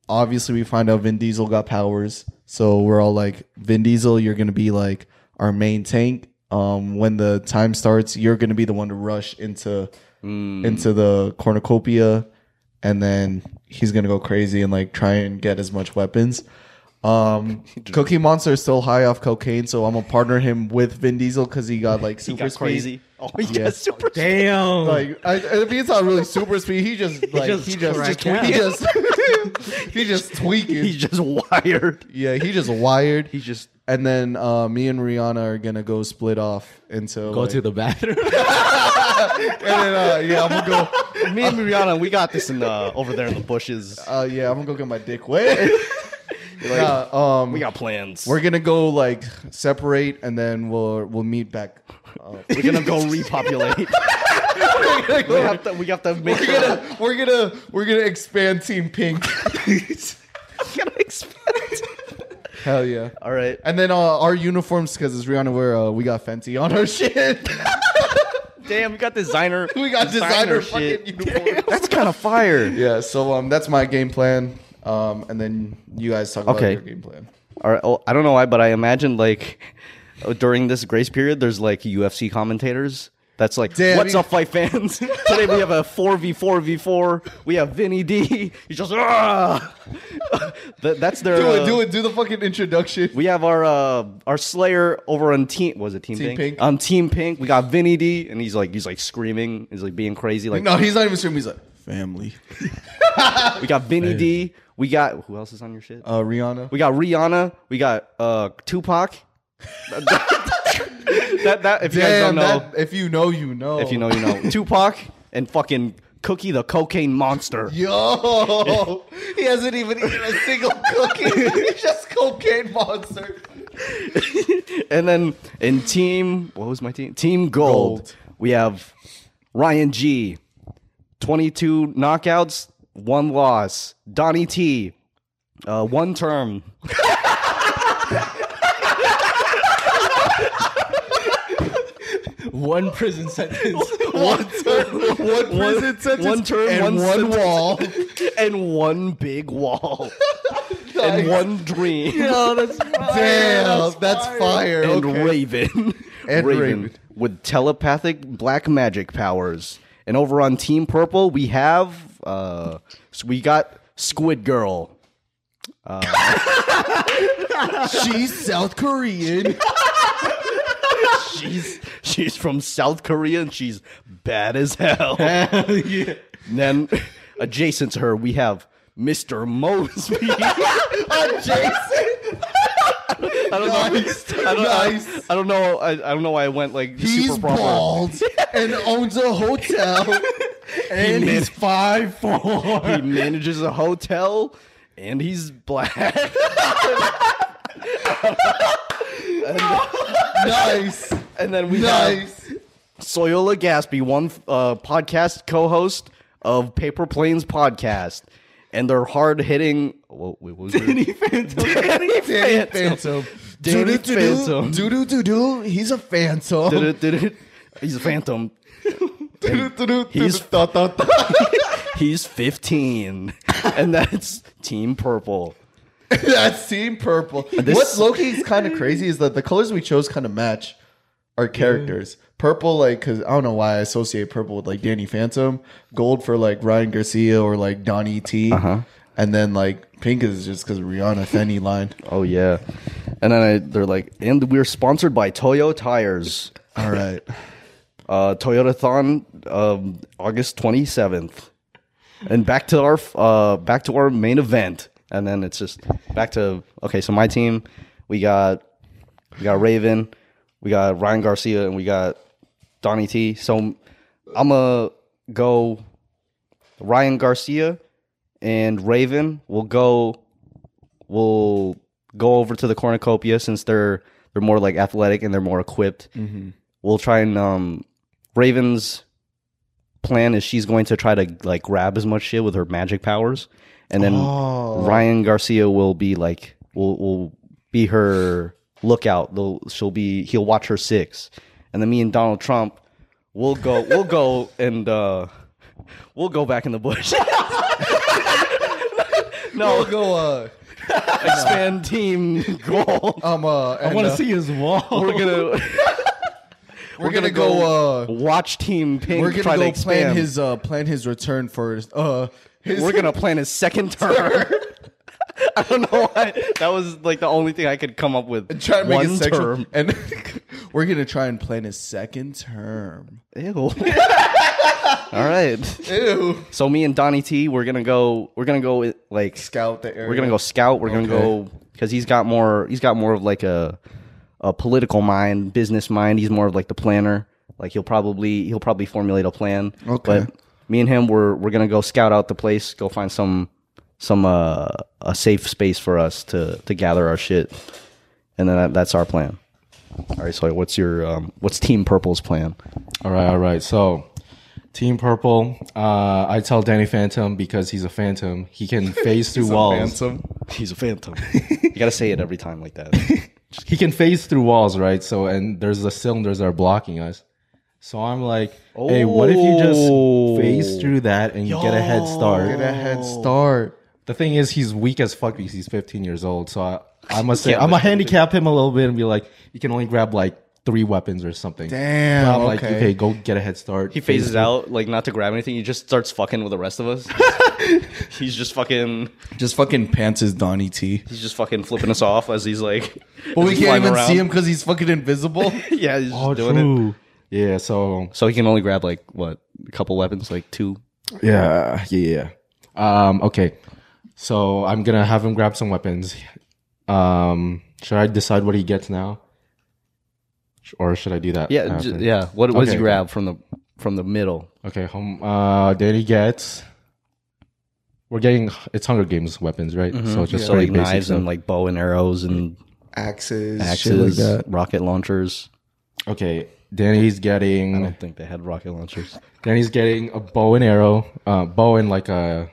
obviously we find out Vin Diesel got powers. So we're all like, Vin Diesel, you're gonna be like our main tank. Um, when the time starts, you're gonna be the one to rush into into the cornucopia, and then he's gonna go crazy and like try and get as much weapons. Um, Cookie Monster is still high off cocaine, so I'm gonna partner him with Vin Diesel because he got like super
Got
speed.
crazy. Oh, he got
Yes.
super.
Damn.
Like I, I mean, it's not really super speed. He just like
just
he just,
cracked
he just he just tweaking.
He's just wired.
yeah, he just wired.
He's just
and then uh, me and Rihanna are gonna go split off into
Go to the bathroom.
and then, uh, yeah, I'm gonna go.
me and Rihanna. We got this in uh, over there in the bushes.
Uh, yeah, I'm gonna go get my dick wet. Nah, um,
We got plans.
we're gonna go like separate, and then we'll we'll meet back. Uh,
We're gonna go repopulate. we have to. We have to make
we're gonna we're gonna we're gonna expand Team Pink. Hell yeah!
All right.
And then uh, our uniforms, because it's Rihanna, wear uh, we got Fenty on our shit.
Damn, we got designer.
we got designer,
shit.
fucking uniforms.
That's kind of fire.
Yeah, so um, that's my game plan. Um, and then you guys talk about
Okay.
your game plan.
All right. Oh, I don't know why, but I imagine like during this grace period, there's like UFC commentators. That's like,
Damn,
what's
you-
up, fight fans? Today we have a four v four v four. We have Vinny D. He's just ah. That- that's their.
Do
uh,
it, do it, do the fucking introduction.
We have our uh, our Slayer over on team. Was it Team,
Team
Pink?
Pink.
On Team Pink, we got Vinny D, and he's like he's like screaming, he's like being crazy, like
no, he's not even streaming. He's like, family.
We got Vinny D. We got who else is on your shit?
Uh, Rihanna.
We got Rihanna. We got uh Tupac. that that if you guys don't
Damn,
know,
that- if you know, you know.
if you know, you know. Tupac and fucking Cookie the Cocaine Monster.
Yo, he hasn't even eaten a single cookie. He's just cocaine monster.
and then in team, what was my team? Team Gold.
Gold.
We have Ryan G, twenty-two knockouts, one loss. Donnie T, uh, one term.
One prison sentence.
One term, one prison sentence,
one term, one
and one,
sentence.
wall.
and one big wall. and one dream.
that's damn. That's, fire.
and
Okay.
Raven.
And
Raven,
Raven.
with telepathic black magic powers. And over on Team Purple, we have uh s- we got Squid Girl.
She's South Korean.
She's she's from South Korea and she's bad as hell. and
yeah.
then adjacent to her, we have Mr. Mosby.
Jason.
I don't know.
Nice.
I don't, I-
Nice.
I, don't know. I, I don't know why I went like
He's
super proper.
bald and owns a hotel. And
He
he's five four.
He manages a hotel and he's black.
Nice,
And then we have
nice.
Soyola Gaspy, one uh, podcast co-host of Paper Planes podcast, and they're hard-hitting. Whoa, wait, what was Danny, Danny
Danny
Phantom.
Phantom.
Danny Phantom.
Doo doo doo doo. He's a phantom.
Did it, did it. He's a phantom. He's-
He's da, da, da.
He's 15, and that's Team Purple.
That's team purple. What's Loki's kind of crazy is that the colors we chose kind of match our characters. Purple, like, because I don't know why I associate purple with like Danny Phantom. Gold for like Ryan Garcia or like Donnie T.
Uh-huh.
And then like pink is just because Rihanna Fenny line.
Oh yeah, and then I, they're like, and we're sponsored by Toyo Tires.
All right.
uh, Toyota Thon, um, August 27th, and back to our uh, back to our main event, and then it's just back to okay. So my team, we got we got Raven, we got Ryan Garcia, and we got Donnie T. So I'm gonna go Ryan Garcia and Raven. We'll go we'll go over to the cornucopia since they're they're more like athletic and they're more equipped we'll try and um Raven's plan is she's going to try to like grab as much shit with her magic powers and then
Oh.
Ryan Garcia will be like will will be her lookout. They'll, she'll be he'll watch her six. And then me and Donald Trump we'll go we'll go and uh we'll go back in the bush. no,
go, uh,
expand team goal.
um, uh,
I want to see his wall.
We're going to
We're, gonna, go, uh,
watch team pink
we're
try
gonna
to
go
expand.
plan his, uh, plan his return for, uh, his,
We're gonna plan his second term. I don't know why. That was like the only thing I could come up with.
try to make
One
it sexual.
term.
And we're gonna try and plan his second term.
Ew. All right.
Ew.
So me and Donnie T, we're gonna go. We're gonna go with, like
Scout the area.
We're gonna go scout. We're gonna go because he's got more. He's got more of like a a political mind, business mind. He's more of like the planner. Like he'll probably he'll probably formulate a plan.
Okay.
But me and him, we're we're gonna go scout out the place. Go find some some uh a safe space for us to to gather our shit, and then that, that's our plan. All right. So what's your um what's Team Purple's plan?
All right, all right. So, Team Purple. Uh, I tell Danny Phantom because he's a phantom. He can phase through walls.
He's a phantom. you gotta say it every time like that.
He can phase through walls, right? So, and there's the cylinders that are blocking us. So I'm like, hey, what if
Oh.
you just phase through that and you get a head start?
Get a head start.
The thing is, he's weak as fuck because he's 15 years old. So I, I must say, I'm gonna handicap him a little bit and be like, you can only grab like three weapons or something.
Damn,
But I'm like,
okay.
okay, go get a head start.
He phases out, like not to grab anything. He just starts fucking with the rest of us. he's just fucking,
Just fucking pants is Donnie T.
he's just fucking flipping us off as he's like.
But
as
we
he's
can't
flying
even
around.
see him because he's fucking invisible.
Yeah, he's just
Oh,
doing it.
true. Yeah. So
So he can only grab like what a couple weapons, like two,
Yeah, yeah, yeah. Um, okay, so I'm gonna have him grab some weapons. Um, should I decide what he gets now, or should I do that?
Yeah,
after?
j- yeah. What what does he
Okay.
grab from the from the middle?
Okay, home. Uh, then he gets. We're getting it's Hunger Games weapons, right? So it's just
Mm-hmm. so Hmm? like
pretty basic
knives
stuff.
and like bow and arrows and
Axes. shit like
axes,
that.
rocket launchers.
Okay, Danny's
I
getting
don't think they had rocket launchers.
Danny's getting a bow and arrow, uh, bow and like a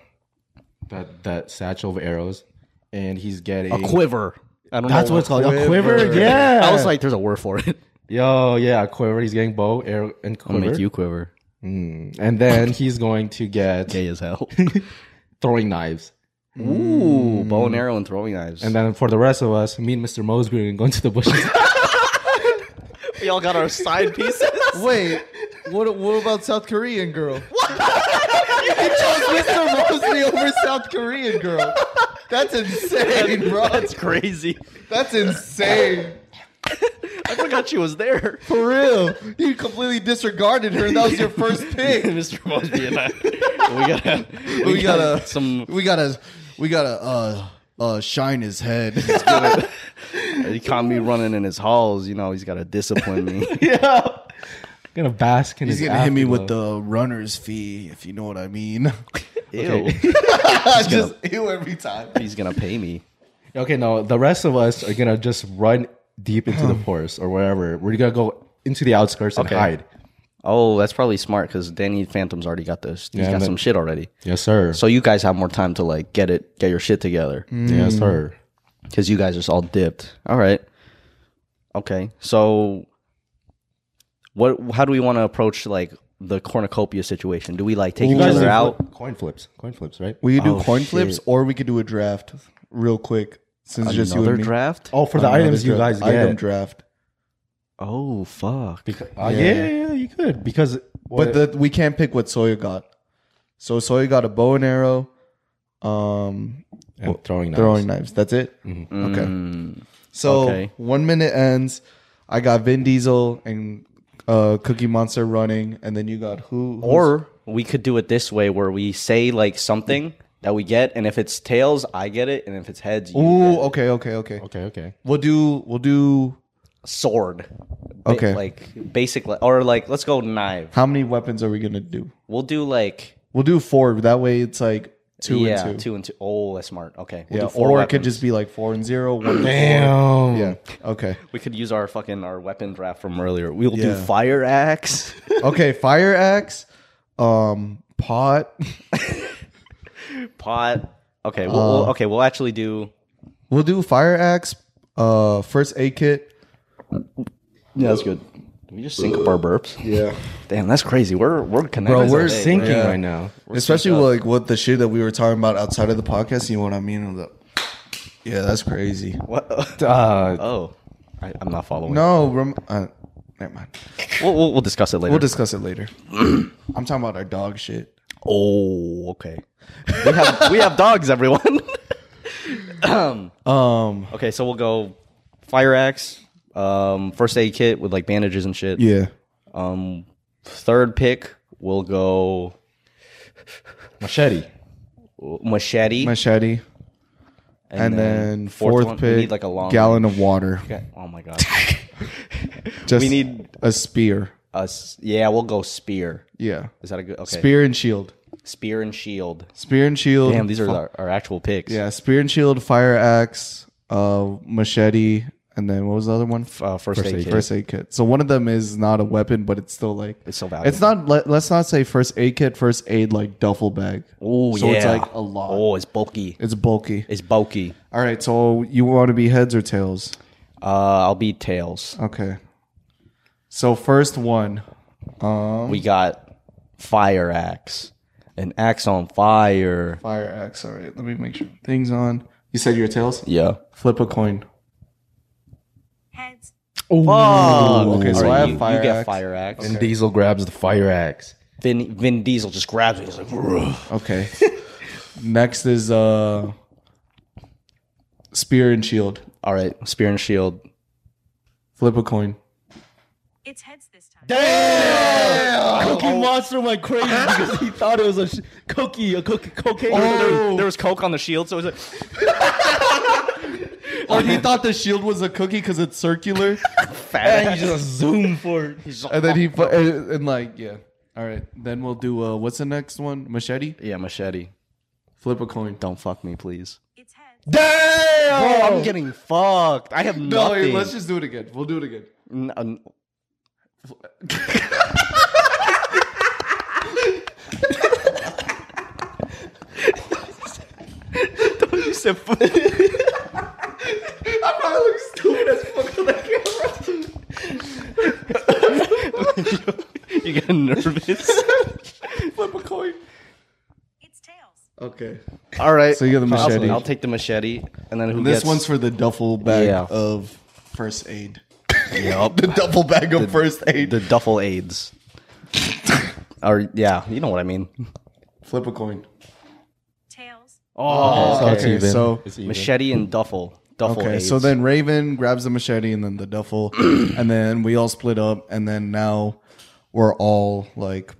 that that satchel of arrows, and he's getting
quiver. I don't
That's
know
what it's called, a quiver.
Quiver.
Yeah,
I was like, there's a word for it.
yo, yeah, a quiver. He's getting bow, arrow, and
I'll
quiver,
make you quiver.
Mm. and then he's going to get
Gay as hell.
throwing knives.
Ooh, bow and arrow and throwing knives.
Mm. And then for the rest of us, me and Mr. Mosby are going to go into the bushes.
we all got our side pieces.
Wait, what, what about South Korean girl? What? you chose Mr. Mosley over South Korean girl. That's insane, bro.
That's crazy.
That's insane.
I forgot she was there.
For real. You completely disregarded her. and That was your first pick.
Mr. Mosby and I. We gotta. We,
We
gotta,
gotta-
some.
We gotta we gotta uh uh shine his head.
He can't be running in his halls. You know, he's gotta discipline me.
yeah. Gonna bask in
He's
his
gonna hit me with
afterglow.
the runner's fee, if you know what I mean.
Ew.
I just ew every time.
He's gonna pay me.
Okay, no, the rest of us are gonna just run deep into the forest or wherever. We're gonna go into the outskirts and hide.
Oh, that's probably smart because Danny Phantom's already got this. He's
Yeah,
got
but-
some shit already.
Yes, sir.
So you guys have more time to like get it, get your shit together
Hmm.
yes, sir.
because you guys are just all dipped. All right. Okay. So, what? How do we want to approach like the cornucopia situation? Do we like take
You
each
guys
other
do
out?
flip- coin flips. Coin flips, right?
We could do
Oh,
coin
shit.
flips or we could do a draft real quick. Since it's just you
Another
and me.
draft?
Oh, for the
Another
items you
draft.
guys get.
Item draft.
Oh, fuck.
Because, uh, yeah. yeah, yeah, you could because.
But the, we can't pick what Sawyer got. So Sawyer got a bow and arrow, um,
and throwing knives.
throwing knives. That's it.
Mm.
Okay. So
Okay.
one minute ends. I got Vin Diesel and uh, Cookie Monster running, and then you got who? who's-
Or we could do it this way where we say like something that we get, and if it's tails, I get it, and if it's heads, you
ooh, okay, okay, okay.
Okay, okay.
We'll do. We'll do.
sword. Ba-
Okay.
like basic, li- or like let's go knife.
How many weapons are we gonna do?
We'll do like
We'll do four. That way, it's like two
yeah,
and two.
two and two. Oh, that's smart. Okay, we'll
yeah,
do four
or it
weapons.
could just be like four and zero. One and
Damn.
Four. Yeah. Okay.
we could use our fucking our weapon draft from earlier. We'll do
Yeah.
fire axe,
Okay. Fire axe, um, pot.
pot. Okay, we'll,
Uh,
we'll- okay, we'll actually do.
We'll do fire axe, uh, first aid kit.
Yeah, that's good. Did we just sync up our burps?
Yeah.
Damn, that's crazy. We're we're connected.
We're
today.
sinking right now.
Especially like what the shit that we were talking about outside of the podcast. You know what I mean? I'm like, Yeah, that's crazy.
What?
Uh,
Oh, I, I'm not following.
No, rem- uh, never mind.
We'll, we'll, we'll discuss it later.
We'll discuss it later. I'm talking about our dog shit.
oh, okay. we have we have dogs, everyone.
Um.
okay, so we'll go fire axe, um, first aid kit with like bandages and shit.
Yeah.
Um, third pick we'll go
machete.
machete.
Machete, and, then, fourth,
one,
pick.
we need like a long
gallon of water.
Oh my god.
Just
we need
a spear.
us. Yeah, we'll go spear.
Yeah.
Is that a good? Okay.
Spear and shield.
Spear and shield.
Spear and shield.
Damn, these are our, our actual picks.
Yeah, spear and shield, fire axe, uh, machete, and then what was the other one?
Uh, first, aid, kit.
First aid kit. So one of them is not a weapon, but it's still like
It's so valuable.
it's not. Let, let's not say first aid kit. First aid like duffel bag.
Oh
so
yeah.
it's like a lot.
Oh, it's bulky.
It's bulky.
It's bulky.
All right. So you want to be heads or tails?
Uh, I'll be tails.
Okay. So first one. Um,
We got fire axe, an axe on fire.
fire axe. All right. Let me make sure things on. You said your tails.
Yeah.
Flip a coin.
Heads.
Oh,
okay, so I have fire
You get
axe.
fire axe.
And Diesel grabs the fire axe.
Vin, Vin Diesel just grabs it. He's like, "Ugh."
Okay. Next is uh spear and shield.
all right, spear and shield.
Flip a coin.
It's heads this time. Damn! Cookie
Oh.
Monster went crazy because he thought it was a sh- cookie, a cookie, cocaine.
Oh.
There was coke on the shield, so it was
Or he thought the shield was a cookie because it's circular,
a fat.
you just zoom for it.
He's
and then he fu- and, and like yeah. All right, then we'll do uh, what's the next one? Machete.
Yeah, machete.
Flip a coin.
Don't fuck me, please.
It's heads.
Damn! Bro, I'm getting fucked. I have
No,
nothing.
wait, let's just do it again. We'll do it again.
N- uh, n-
I probably look stupid as fuck on that camera.
you get nervous.
Flip a coin.
It's tails.
Okay.
All right.
So you get the
I'll-
machete.
I'll, take the machete, and then who
This
gets
one's for the duffel bag
Yeah.
of first aid. the duffel bag of first aid.
the duffel aids. or yeah, you know what I mean.
Flip a coin.
Tails.
Oh,
Okay,
it's even.
so
It's even.
machete and duffel. Duffel
okay,
aids.
so then Raven grabs the machete and then the duffel, and then we all split up, and then now we're all like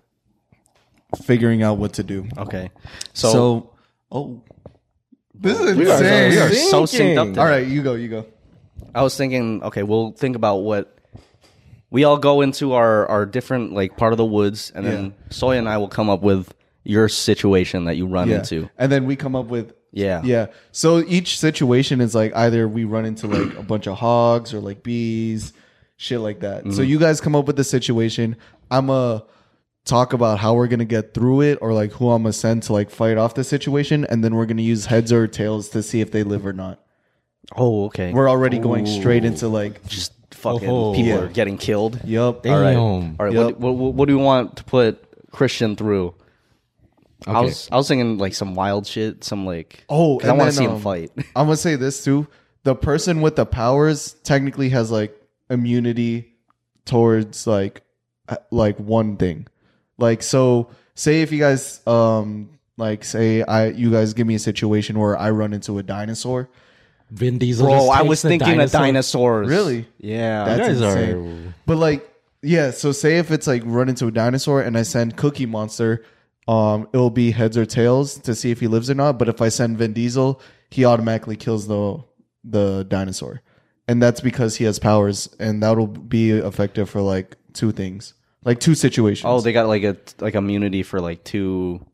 figuring out what to do.
okay, so,
So, oh, this is
we, are,
insane.
we are so synced up.
All
today.
all right, you go, you go.
I was thinking, okay, we'll think about what we all go into our our different like part of the woods, and then Soya and I will come up with your situation that you run
Yeah,
into.
and then we come up with
Yeah.
yeah. So each situation is like either we run into like a bunch of hogs or like bees, shit like that. So you guys come up with the situation. I'm a talk about how we're gonna get through it or like who I'm gonna send to like fight off the situation, and then we're gonna use heads or tails to see if they live or not.
Oh, okay.
We're already going straight into like
just fucking
Oh.
people
Yeah.
are getting killed.
Yup.
All right.
Damn.
All right.
Yep.
What, what, what- what do we want to put Christian through? I
Okay.
was I was thinking like some wild shit, some like
Oh,
'cause I
and
want to
then,
see him
um,
fight.
I'm gonna say this too. The person with the powers technically has like immunity towards like uh, like one thing. Like so say if you guys um like say I you guys give me a situation where I run into a dinosaur.
Vin Diesel.
Bro,
just
I
takes
was
the
thinking of dinosaurs.
Really?
Yeah.
That's
guys are-
insane. But like yeah, so say if it's like run into a dinosaur and I send Cookie Monster, um it'll be heads or tails to see if he lives or not, but if I send Vin Diesel, he automatically kills the the dinosaur. And that's because he has powers and that'll be effective for like two things. Like two situations.
oh, they got like a like immunity for like two.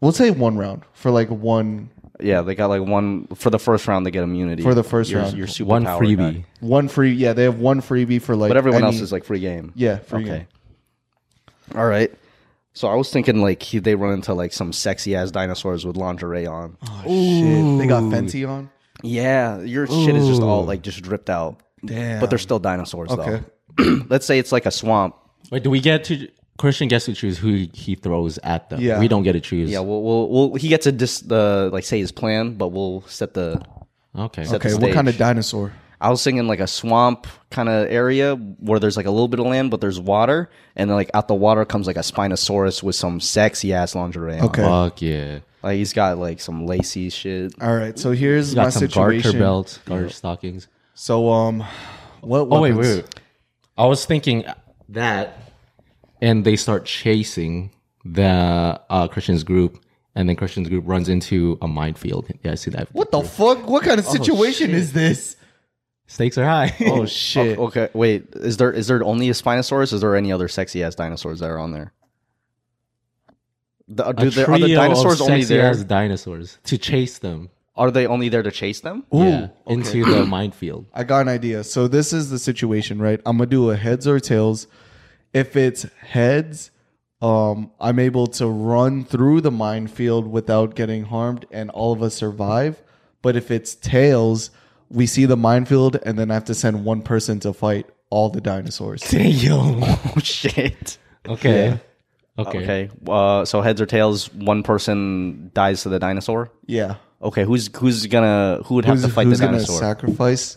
we'll say one round for like one
Yeah, they got like one for the first round. They get immunity
For the first
Your-
round.
Your superpower
One
guy.
freebie.
one free yeah, they have one freebie for like
but everyone
any-
else is like free game.
Yeah, free.
Okay. All right. So I was thinking like he, they run into like some sexy ass dinosaurs with lingerie on.
Oh. Shit. They got Fenty on.
Yeah, your shit is just all like just dripped out.
Damn.
But they're still dinosaurs
Okay.
though. Let's say it's like a swamp.
Wait, do we get to Christian gets to choose who he throws at them?
Yeah.
we don't get to choose.
Yeah, we'll, we'll, we'll he gets to dis, the like say his plan, but we'll set the.
okay.
Set-
Okay, what kind of
Stage.
dinosaur?
I was thinking like a swamp kind of area where there's like a little bit of land, but there's water, and then like out the water comes like a spinosaurus with some sexy ass lingerie. on.
Okay. Oh,
Fuck yeah!
like he's got like some lacy shit.
All right, so here's
You got
my
some garter
situation.
belts, garter stockings.
So um, what?
Oh wait,
weapons-
wait, wait. I was thinking that, and they start chasing the uh, Christian's group, and then Christian's group runs into a minefield. Yeah, I see that.
What the fuck? What kind of
Oh,
situation is this?
stakes are high?
Oh shit!
Okay, wait, is there is there only a spinosaurus? Is there any other sexy ass dinosaurs that are on there? The, do there, are the dinosaurs only there?
as dinosaurs to chase them
Are they only there to chase them?
Ooh,
yeah, into the minefield.
I got an idea. So this is the situation, right? I'm gonna do a heads or tails. If it's heads, um, I'm able to run through the minefield without getting harmed, and all of us survive. But if it's tails, we see the minefield, and then I have to send one person to fight all the dinosaurs.
Damn.
Oh shit.
Okay. Okay.
Okay. Uh, so heads or tails, one person dies to the dinosaur.
Yeah.
Okay, who's who's gonna who would have
who's,
to fight the
who's gonna
dinosaur?
sacrifice?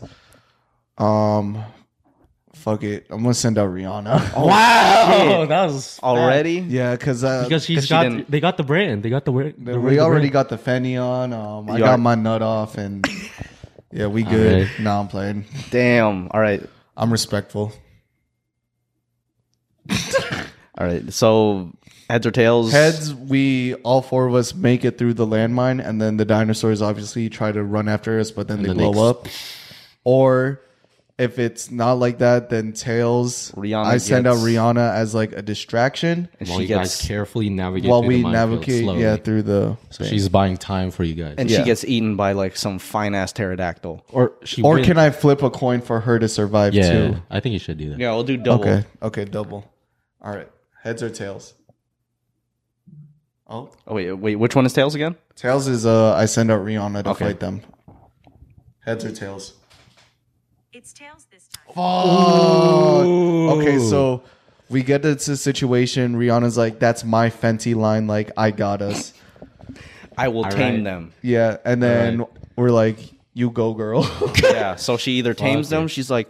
Um, fuck it. I'm gonna send out Rihanna.
Oh.
Wow, that was
Already?
yeah, because uh,
because she's
she
got.
didn't-
they got the brand. They got the. wear- the
we
the
already
brand.
got the Fenny on. Um, I
You are-
got my nut off, and yeah, we good.
right.
No, I'm playing.
Damn. All right.
I'm respectful.
All right. So heads or tails?
Heads, we all four of us make it through the landmine, and then the dinosaurs obviously try to run after us, but then they
then
blow
they-
up. Or if it's not like that, then tails.
Rihanna
I send out
gets-
Rihanna as like a distraction
And
While
she
you
gets
guys carefully navigate
while
through the
we
minefield
navigate,
slowly.
yeah, through the.
so she's buying time for you guys.
and
Yeah.
she gets eaten by like some fine ass pterodactyl.
or she
or
wins.
can I flip a coin for her to survive
Yeah,
too?
I think you should do that.
Yeah, we'll do double.
Okay, okay, double. All right, heads or tails? Oh,
Oh wait, wait. Which one is tails again?
tails is uh, I send out Rihanna to
Okay.
fight them. Heads or tails?
It's tails this time.
Oh, okay. So we get into this situation. Rihanna's like, "That's my Fenty line. Like, I got us."
I will tame
right.
them.
Yeah, and then we're like, "You go, girl."
yeah. So she either tames them. She's like,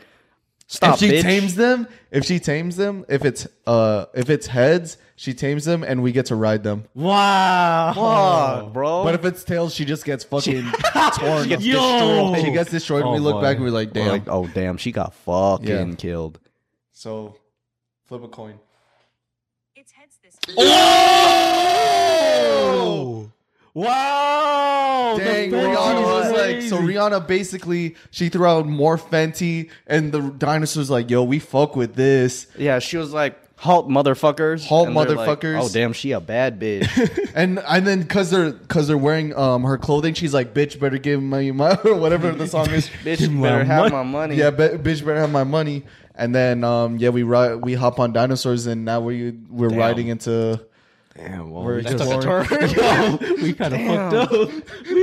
stop.
if she
bitch."
tames them, if she tames them, if it's uh, if it's heads, she tames them, and we get to ride them.
Wow.
Fuck, bro.
But if it's tails, she just gets fucking torn. She gets,
Yo.
she gets destroyed, and
Oh
we look
my.
back and we're like,
We're
"Damn."
like, oh damn, she got fucking
Yeah.
killed.
so, flip a coin.
It's heads this
Oh.
time.
Wow.
Dang, Rihanna was like, so
Rihanna.
Rihanna basically she threw out more Fenty, and the dinosaurs like, yo, we fuck with this,
Yeah, she was like, halt, motherfuckers.
Halt,
And they're like,
motherfuckers.
oh damn, she a bad bitch.
and and then cause they're cause they're wearing um her clothing, she's like, bitch, better give me my or whatever the song is,
bitch, you better have my money.
yeah, be- bitch, better have my money, and then um yeah, we ride, we hop on dinosaurs, and now we we're riding into.
Damn, well,
We're
we
just
just-
exploring-
we kind of fucked up. We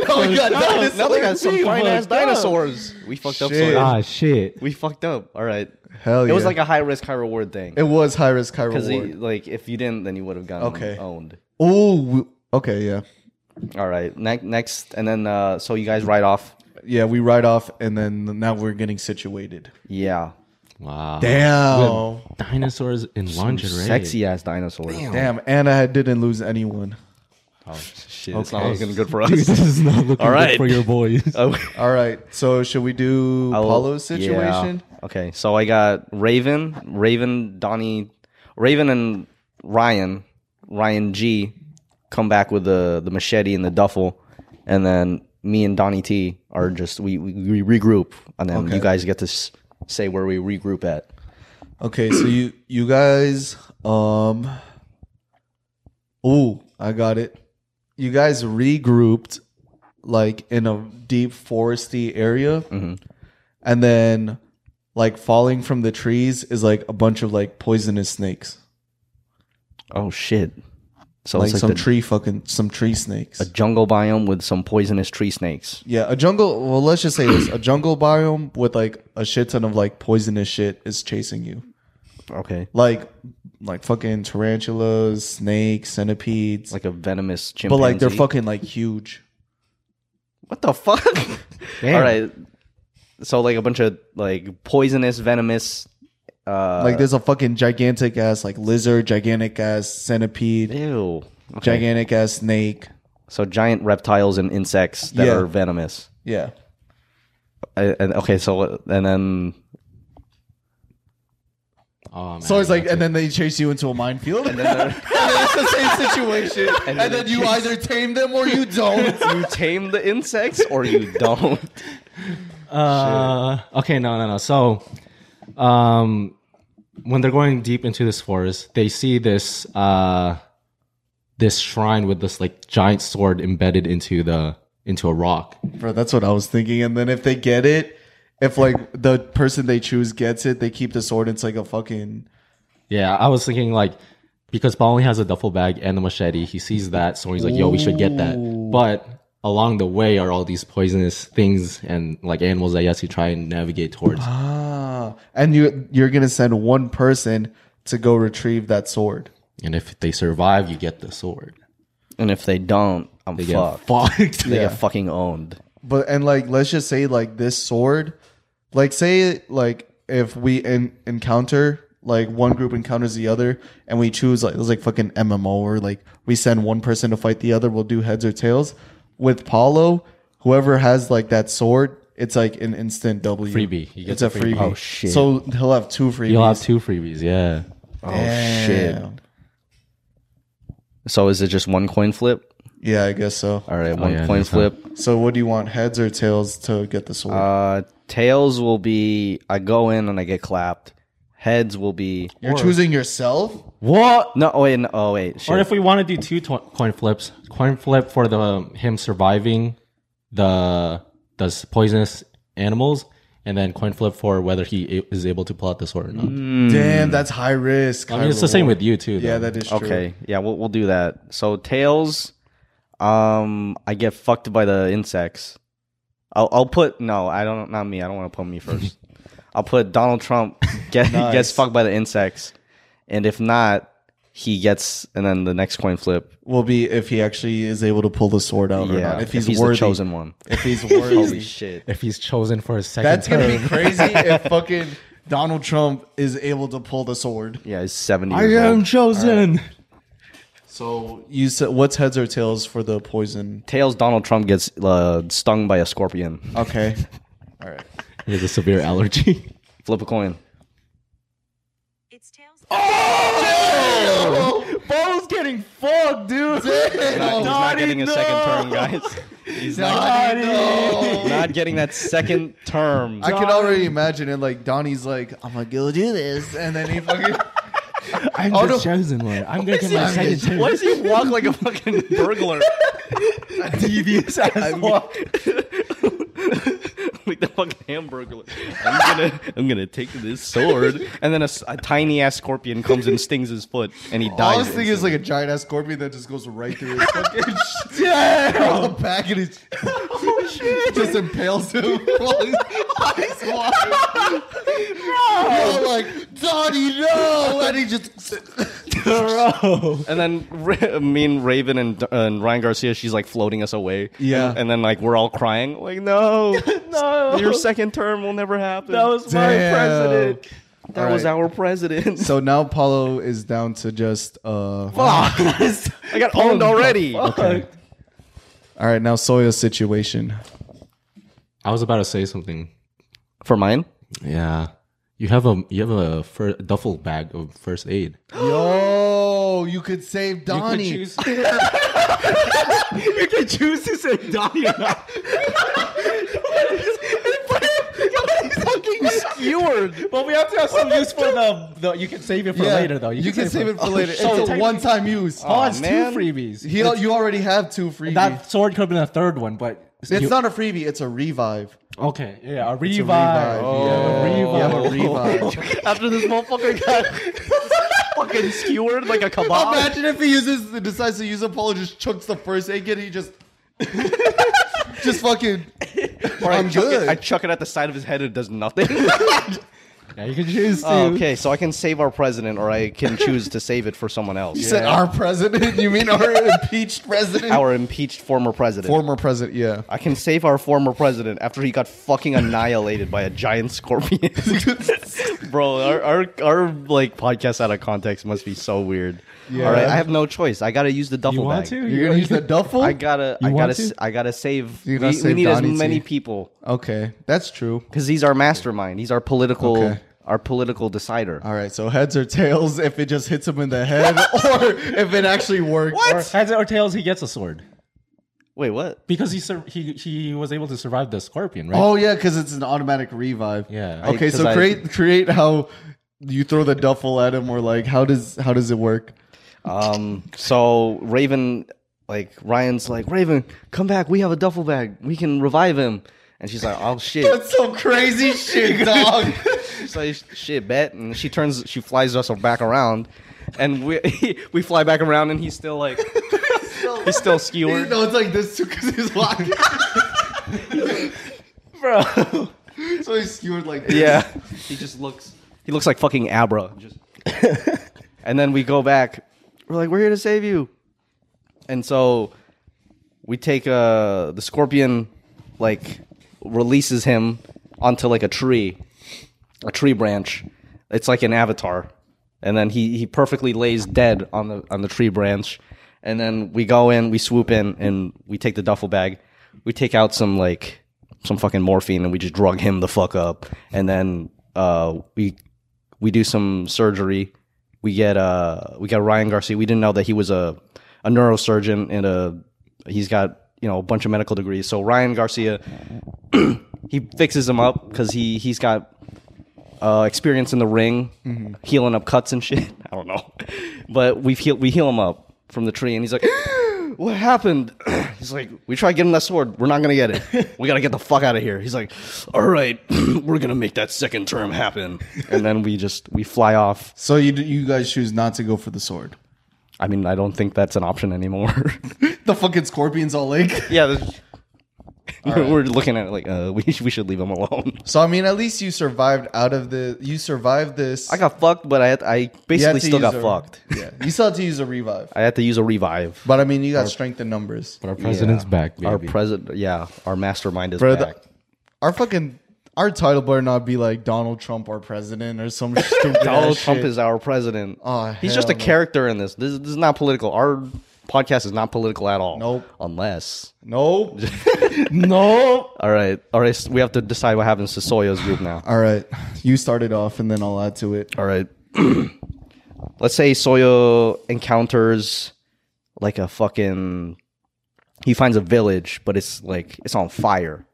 Oh
fucked
got
up.
dinosaurs.
Now they got some
We
fine ass
fucked up.
dinosaurs. We fucked up.
Shit.
so bad.
Ah,
shit.
we fucked up. All right.
Hell
It was
yeah.
like a high risk, high reward thing.
It was high risk, high
Because
reward.
like if you didn't, then you would have gotten
Okay.
owned.
oh, okay, yeah,
All right. Next, next, and then uh, so you guys ride off.
yeah. We ride off, and then now we're getting situated.
Yeah.
wow.
Damn.
Dinosaurs in lingerie.
Sexy ass dinosaurs.
Damn, and I didn't lose anyone.
Shit, it's not looking good for us.
Dude, this is not looking
All right.
good for your boys.
Oh,
All right, so should we do
I'll-
Paulo's situation?
yeah. Okay, so I got Raven, Raven, Donnie, Raven, and Ryan, Ryan G, come back with the the machete and the duffel, and then me and Donnie T are just we we, we regroup, and then you guys get to s- say where we regroup at.
Okay, so you you guys, um, ooh, I got it. You guys regrouped like in a deep foresty area,
Mm-hmm.
and then like falling from the trees is like a bunch of like poisonous snakes,
Oh shit! So
like,
it's like
some
the,
tree fucking some tree snakes.
a jungle biome with some poisonous tree snakes.
Yeah, a jungle. Well, let's just say this: a jungle biome with like a shit ton of like poisonous shit is chasing you,
Okay,
like like fucking tarantulas, snakes, centipedes,
like a venomous
but
chimpanzee.
like they're fucking like huge.
What the fuck? All right. So like a bunch of like poisonous, venomous. Uh,
Like there's a fucking gigantic ass like lizard, gigantic ass centipede,
ew. Okay.
gigantic ass snake.
So giant reptiles and insects that
Yeah.
are venomous.
Yeah,
I, and okay, so what- and then
Oh, man.
so it's like, and then they chase you into a minefield. And then it's the same situation. And then, you either tame them or you don't.
you tame the insects or you don't.
Uh, okay, no, no, no. So, um, when they're going deep into this forest, they see this uh, this shrine with this like giant sword embedded into the into a rock.
Bro, that's what I was thinking. And then if they get it, if like the person they choose gets it, they keep the sword. It's like a fucking
Yeah, I was thinking like because Paul only has a duffel bag and a machete, he sees that, so he's like, "Yo, we should get that." But along the way are all these poisonous things and like animals that he has to try and navigate towards.
ah. And you you're gonna send one person to go retrieve that sword.
And if they survive, you get the sword.
And if they don't, I'm
They
fucked.
get fucked.
They get fucking owned.
But and like let's just say like this sword, like say like if we en- encounter like one group encounters the other and we choose like it was like fucking MMO or like we send one person to fight the other, we'll do heads or tails. With Paulo, whoever has like that sword, it's like an instant W.
Freebie. He
It's
gets
a
a freebie.
freebie.
Oh, shit.
So he'll have two freebies.
You'll have two freebies, yeah.
Oh
Damn.
shit! So is it just one coin flip?
Yeah, I guess so.
All right, one
Oh, yeah,
coin
that's how-
flip.
So what do you want, heads or tails to get the sword?
Uh, tails will be I go in and I get clapped. Heads will be
You're choosing yourself?
What?
no. Oh wait, no, oh wait. Shit.
Or if we want to do two to- coin flips, coin flip for the him surviving the the s- poisonous animals, and then coin flip for whether he a- is able to pull out the sword or not.
Mm, Damn, that's high risk.
Hmm. I mean, it's the same with you too. Though.
Yeah, that is true.
okay, yeah, we'll we'll do that. So tails, um, I get fucked by the insects. I'll I'll put no. I don't. Not me. I don't want to put me first. I'll put Donald Trump get, gets fucked by the insects, and if not, he gets and then the next coin flip.
Will be if he actually is able to pull the sword out or
Yeah,
not. If he's,
the
worthy.
chosen one.
If he's worthy.
Holy shit!
If he's chosen for a second
That's gonna be
term.
crazy if fucking Donald Trump is able to pull the sword.
Yeah, he's seventy. Years old.
chosen.
So you said what's heads or tails for the poison?
Tails Donald Trump gets uh, stung by a scorpion.
Okay. All right.
He has a severe allergy.
Flip a coin.
It's tails.
Bo's getting fucked, dude.
He's not getting his second term, guys. He's not, not getting that second term.
I can already imagine it. Like Donnie's like, I'm gonna go do this, and then he fucking.
I'm
Oh,
the
no.
chosen one. I'm gonna get my second term.
Why does he walk like a fucking burglar?
Devious ass fuck.
like the fucking hamburger. I'm gonna, I'm gonna take this sword, and then a, tiny ass scorpion comes and stings his foot, and he
All I
dies.
was thinking is like a giant ass scorpion that just goes right through his fucking yeah, back and it Oh, just impales him. while he's- while he's walking. You're like Donnie, no, and he just
and then Ra- me and Raven and, and Ryan Garcia, she's like floating us away.
Yeah.
and, and then like we're all crying, like no,
No.
your second term will never happen.
That was
Damn.
my president.
that was our president.
So now Paulo is down to just uh.
I got owned already.
Okay.
All right, now Soya's situation.
I was about to say something.
For mine?
Yeah. You have a you have a fir- duffel bag of first aid.
Yo, you could save Donnie.
You can choose to say Donnie or not.
Skewered.
But we have to have some use for the, the. You can save it for
Yeah,
later, though.
You, can save it for
so
later. it's a
technically-
one-time use.
Oh, it's
man.
two freebies.
He, you already have two freebies.
that sword could have been a third one, but
it's not a freebie. It's a revive.
Okay.
Yeah, a
It's a
revive.
Oh.
Oh.
You have a revive.
After this motherfucker got fucking skewered like a kebab.
Imagine if he uses, decides to use a pole, just chucks the first egg and he just, just fucking.
Or I
I'm
chuck, it,
good.
I chuck it at the side of his head. It does nothing. Oh,
Yeah, you can choose to.
okay, so I can save our president, or I can choose to save it for someone else.
You said our president. You mean our impeached president?
Our impeached former president.
former president. Yeah.
I can save our former president after he got fucking annihilated by a giant scorpion. Bro, our, our our like podcast out of context must be so weird.
Yeah.
All right, I have no choice. I gotta use the duffel
You want
bag.
to?
You're gonna use the duffel.
I gotta, I
want
gotta,
to?
s- I gotta save.
You
We,
gotta
we
save
need as
Donnie T.
many people
okay, that's true.
because he's our mastermind. He's our political,
Okay. Uh,
our political decider.
All right, so heads or tails if it just hits him in the head or if it actually works.
What?
Or-
Heads or tails, he gets a sword
Wait, what?
because he sur- he he was able to survive the scorpion, right?
Oh yeah, because it's an automatic revive.
Yeah.
Okay,
I- 'cause
so
I-
create create how you throw the duffel at him or like how does how does it work?
Um, so Raven, like Ryan's, like Raven, come back. We have a duffel bag. We can revive him. And she's like, oh shit.
That's some crazy shit, dog.
she's like, shit, bet. And she turns, she flies us back around, and we we fly back around, and he's still like, he's still skewered.
no, it's like this too because he's walking. Bro. So he's skewered like this.
Yeah. he just looks he looks like fucking Abra. Just And then we go back. We're like, we're here to save you. And so we take uh the scorpion like releases him onto like a tree, a tree branch. It's like an avatar. And then he he perfectly lays dead on the on the tree branch. And then we go in, we swoop in and we take the duffel bag. We take out some like some fucking morphine and we just drug him the fuck up. And then uh we we do some surgery. We get uh we got Ryan Garcia. We didn't know that he was a a neurosurgeon and a he's got you know a bunch of medical degrees. So Ryan Garcia, he fixes him up because he he's got uh, experience in the ring,
Mm-hmm.
healing up cuts and shit. I don't know, but we heal we heal him up from the tree, and he's like. What happened? He's like, we tried getting that sword. We're not gonna get it. We gotta get the fuck out of here. He's like, all right, we're gonna make that second term happen. And then we just we fly off.
So you you guys choose not to go for the sword.
I mean, I don't think that's an option anymore.
The fucking scorpions all like.
yeah, there's- we're, we're looking at it like uh, we we should leave him alone.
So I mean, at least you survived out of the. You survived this.
I got fucked, but I had, I
You had
basically
to
still
use
got
a-
fucked.
Yeah, you still had to use a revive.
I had to use a revive.
But I mean, you got strength in numbers.
But our president's back, baby.
Our president, yeah, our mastermind is
Bro, the-
back.
our fucking our title better not be like Donald Trump our president or some stupid.
Donald
ass
Trump
oh, shit.
is our president.
Oh,
He's just a
hell no.
character in this. this. This is not political. Our podcast is not political at all.
Nope.
Unless.
nope.
No.
All right. All right. so We have to decide what happens to Soya's group now.
All right, you started off, and then I'll add to it.
All right. Let's say Soyo encounters like a fucking. He finds a village, but it's like it's on fire.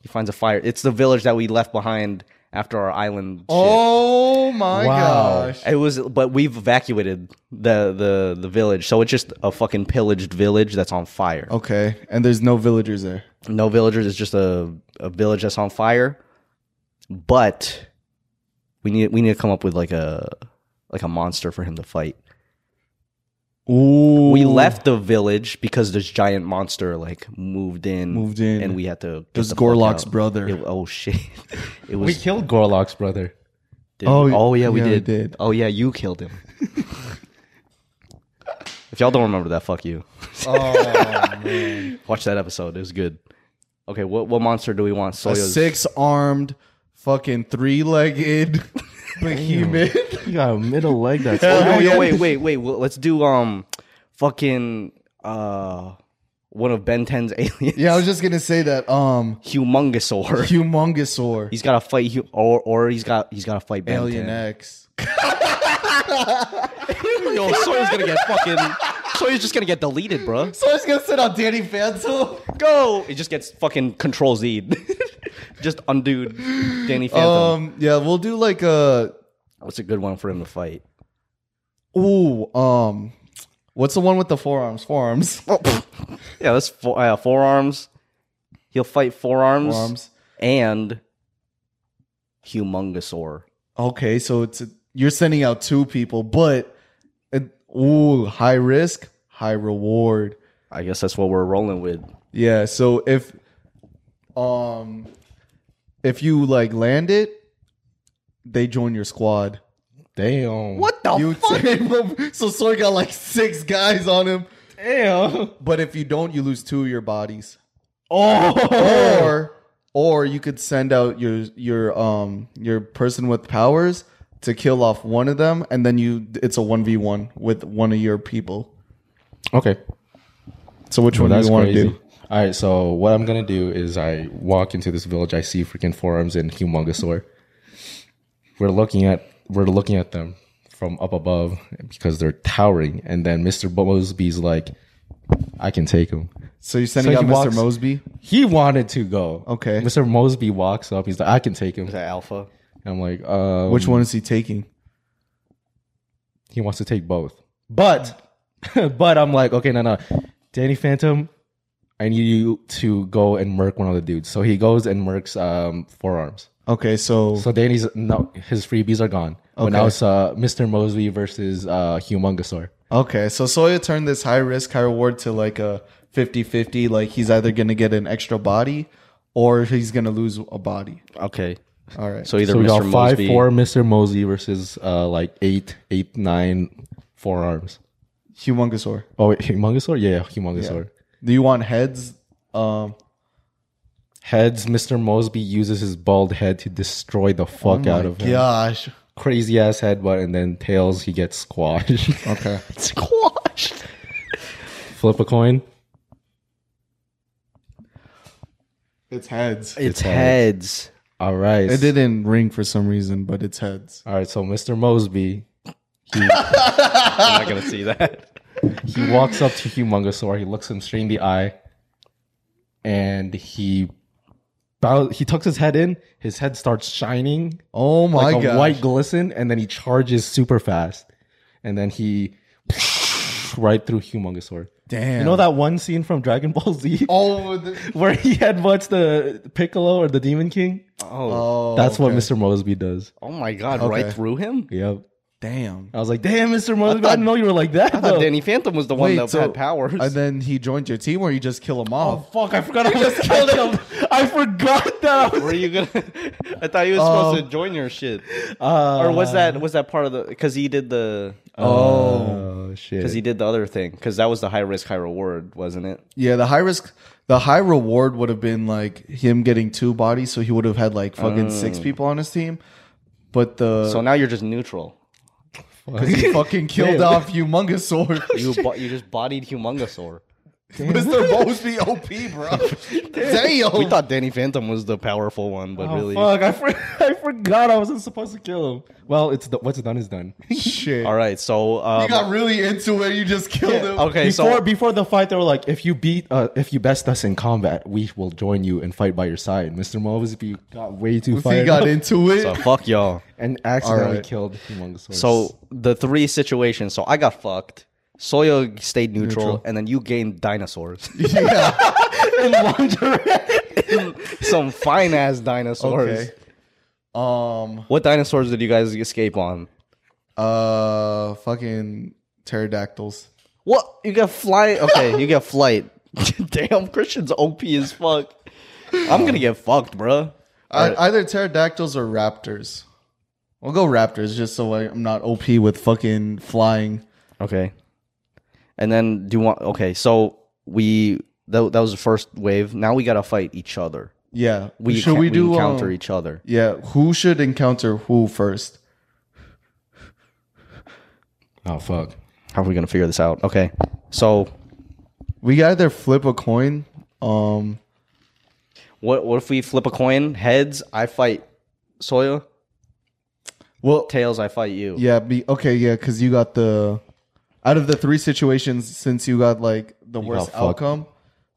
He finds a fire. It's the village that we left behind after our island. shit.
Oh my
Wow.
gosh!
It was, but we've evacuated the the the village, so it's just a fucking pillaged village that's on fire.
Okay, and there's no villagers there.
No villagers. It's just a a village that's on fire. But we need we need to come up with like a like a monster for him to fight.
Ooh,
we left the village because this giant monster like moved in,
Moved in.
and we had to. get
It was
the fuck
Gorlock's
out.
brother.
It- oh shit! It was.
we killed Gorlock's brother.
did we-
Oh,
oh, yeah, we
yeah, we
did.
did.
Oh yeah, you killed him. if y'all don't remember that, fuck you.
Oh,
Watch that episode. It was good. Okay, what what monster do we want?
a
Soyo's
six-armed, fucking three-legged behemoth.
You got a middle leg that's
Oh,
Yeah,
no,
yeah.
no, wait, wait, wait. Well, let's do um, fucking uh, one of Ben 10's aliens.
Yeah, I was just gonna say that. Um,
Humongousaur.
humongousaur,
He's got to fight, hu- or or he's got he's got to fight Ben
alien
10.
X.
Yo, Sawyer's gonna get fucking. Sawyer's just gonna get deleted, bro.
So I was gonna sit on Danny Phantom.
Go. It just gets fucking control Z. just undo Danny Phantom.
Um, yeah, we'll do like uh, a
What's a good one for him to fight?
ooh. Um, what's the one with the forearms? Forearms.
Oh, Yeah, that's four, uh, forearms. He'll fight forearms,
Forearms.
and Humongousaur.
Okay, so it's you're sending out two people, but it, ooh, high risk, high reward.
I guess that's what we're rolling with.
Yeah, so if um if you like land it, they join your squad.
damn.
What the
you team up- so Soy got like six guys on him.
Damn.
But if you don't, you lose two of your bodies. Oh, or or you could send out your your um your person with powers to kill off one of them, and then you it's a one v one with one of your people.
Okay.
So which one do you want to do?
All right, so what I'm gonna do is I walk into this village. I see freaking forums and humongousaur. We're looking at we're looking at them from up above because they're towering. And then Mr. Mosby's like, "I can take him."
So you're sending
So
out
he
Mr.
walks-
Mosby.
He wanted to go.
Okay.
Mr. Mosby walks up. He's like, "I can take him."
The alpha.
I'm like, um,
Which one is he taking?
He wants to take both. But but I'm like, okay, no, no. Danny Phantom, I need you to go and murk one of the dudes. So he goes and murks um forearms.
Okay, so,
So Danny's no his freebies are gone. But now it's uh Mr. Mosby versus uh Humongousaur.
okay, so Soya turned this high risk, high reward to like a 50-50. Like he's either gonna get an extra body or he's gonna lose a body.
Okay.
All right.
So either
So we got
Mr.
five
Mosby.
four Mr. Mosby versus uh like eight, eight, nine forearms.
Humongousaur.
Oh wait, Humongousaur? Yeah, yeah, Humongousaur.
Do you want heads? Um
Heads, Mr. Mosby uses his bald head to destroy the
Oh
fuck out of him.
gosh.
Crazy ass headbutt, and then tails, he gets squashed.
Okay.
Squashed.
Flip a coin.
It's heads.
It's heads.
All right.
It didn't ring for some reason, but it's heads.
All right, so Mr. Mosby,
I'm not gonna see that.
He walks up to Humongousaur. He looks him straight in the eye, and he bow, he tucks his head in. His head starts shining
Oh my
like a
god!
white glisten, and then he charges super fast, and then he right through Humongousaur.
Damn.
You know that one scene from Dragon Ball Z
Oh, the,
where he headbutts the Piccolo or the Demon King?
Oh,
oh
That's what
okay.
Mr. Mosby does.
oh my God!
Okay.
Right through him.
Yep.
Damn.
I was like, damn, Mr. Mosby, I, didn't know you were like that.
I thought
though."
Danny Phantom was the one
Wait,
that
so-
had powers.
And then he joined your team, or you just kill him
Oh,
off?
fuck, I forgot I was killed him. I forgot that. I was-
Were you gonna? I thought you was supposed
Um,
to join your shit.
uh,
or was that was that part of the? Because he did the.
Oh,
Because
shit.
he did the other thing. Because that was the high risk, high reward, wasn't it?
Yeah, the high risk, the high reward would have been like him getting two bodies, so he would have had like fucking six people on his team. But the
So now you're just neutral.
he fucking killed
Damn.
off Humongousaur.
You bo- you just bodied Humongousaur.
Mr. Mosby OP, bro. Damn.
We thought Danny Phantom was the powerful one, but
Oh,
really,
fuck, I, for- I forgot I wasn't supposed to kill him. Well, it's the- what's done is done.
Shit.
all right. So
You
um,
got really into it. You just killed him.
okay,
before
so
before the fight, they were like, "If you beat, uh, if you best us in combat, we will join you and fight by your side." Mister Mosby got way too
He
fired
got
up
into it.
so fuck y'all.
and accidentally
Alright.
killed Humongousaur.
So the three situations. So I got fucked. Soya stayed neutral, and then you gained dinosaurs.
yeah.
in lingerie,
Some fine ass dinosaurs.
Okay. Um.
What dinosaurs did you guys escape on?
Uh. Fucking pterodactyls.
What you got flight? Okay, you got flight. Damn, Christian's OP as fuck. I'm gonna get fucked, bruh.
I, either pterodactyls or raptors. We'll go raptors just so I, I'm not OP with fucking flying.
Okay. And then do you want? Okay, so we that, that was the first wave. Now we gotta fight each other.
Yeah.
We
should we do
encounter
um,
each other?
Yeah. Who should encounter who first?
oh fuck,
How are we gonna figure this out? Okay, so
We either flip a coin. Um.
what what if we flip a coin? Heads, I fight Soya.
Well.
Tails, I fight you.
Yeah. Be okay. Yeah. Because you got the out of the three situations since you got like the worst
fucked.
outcome.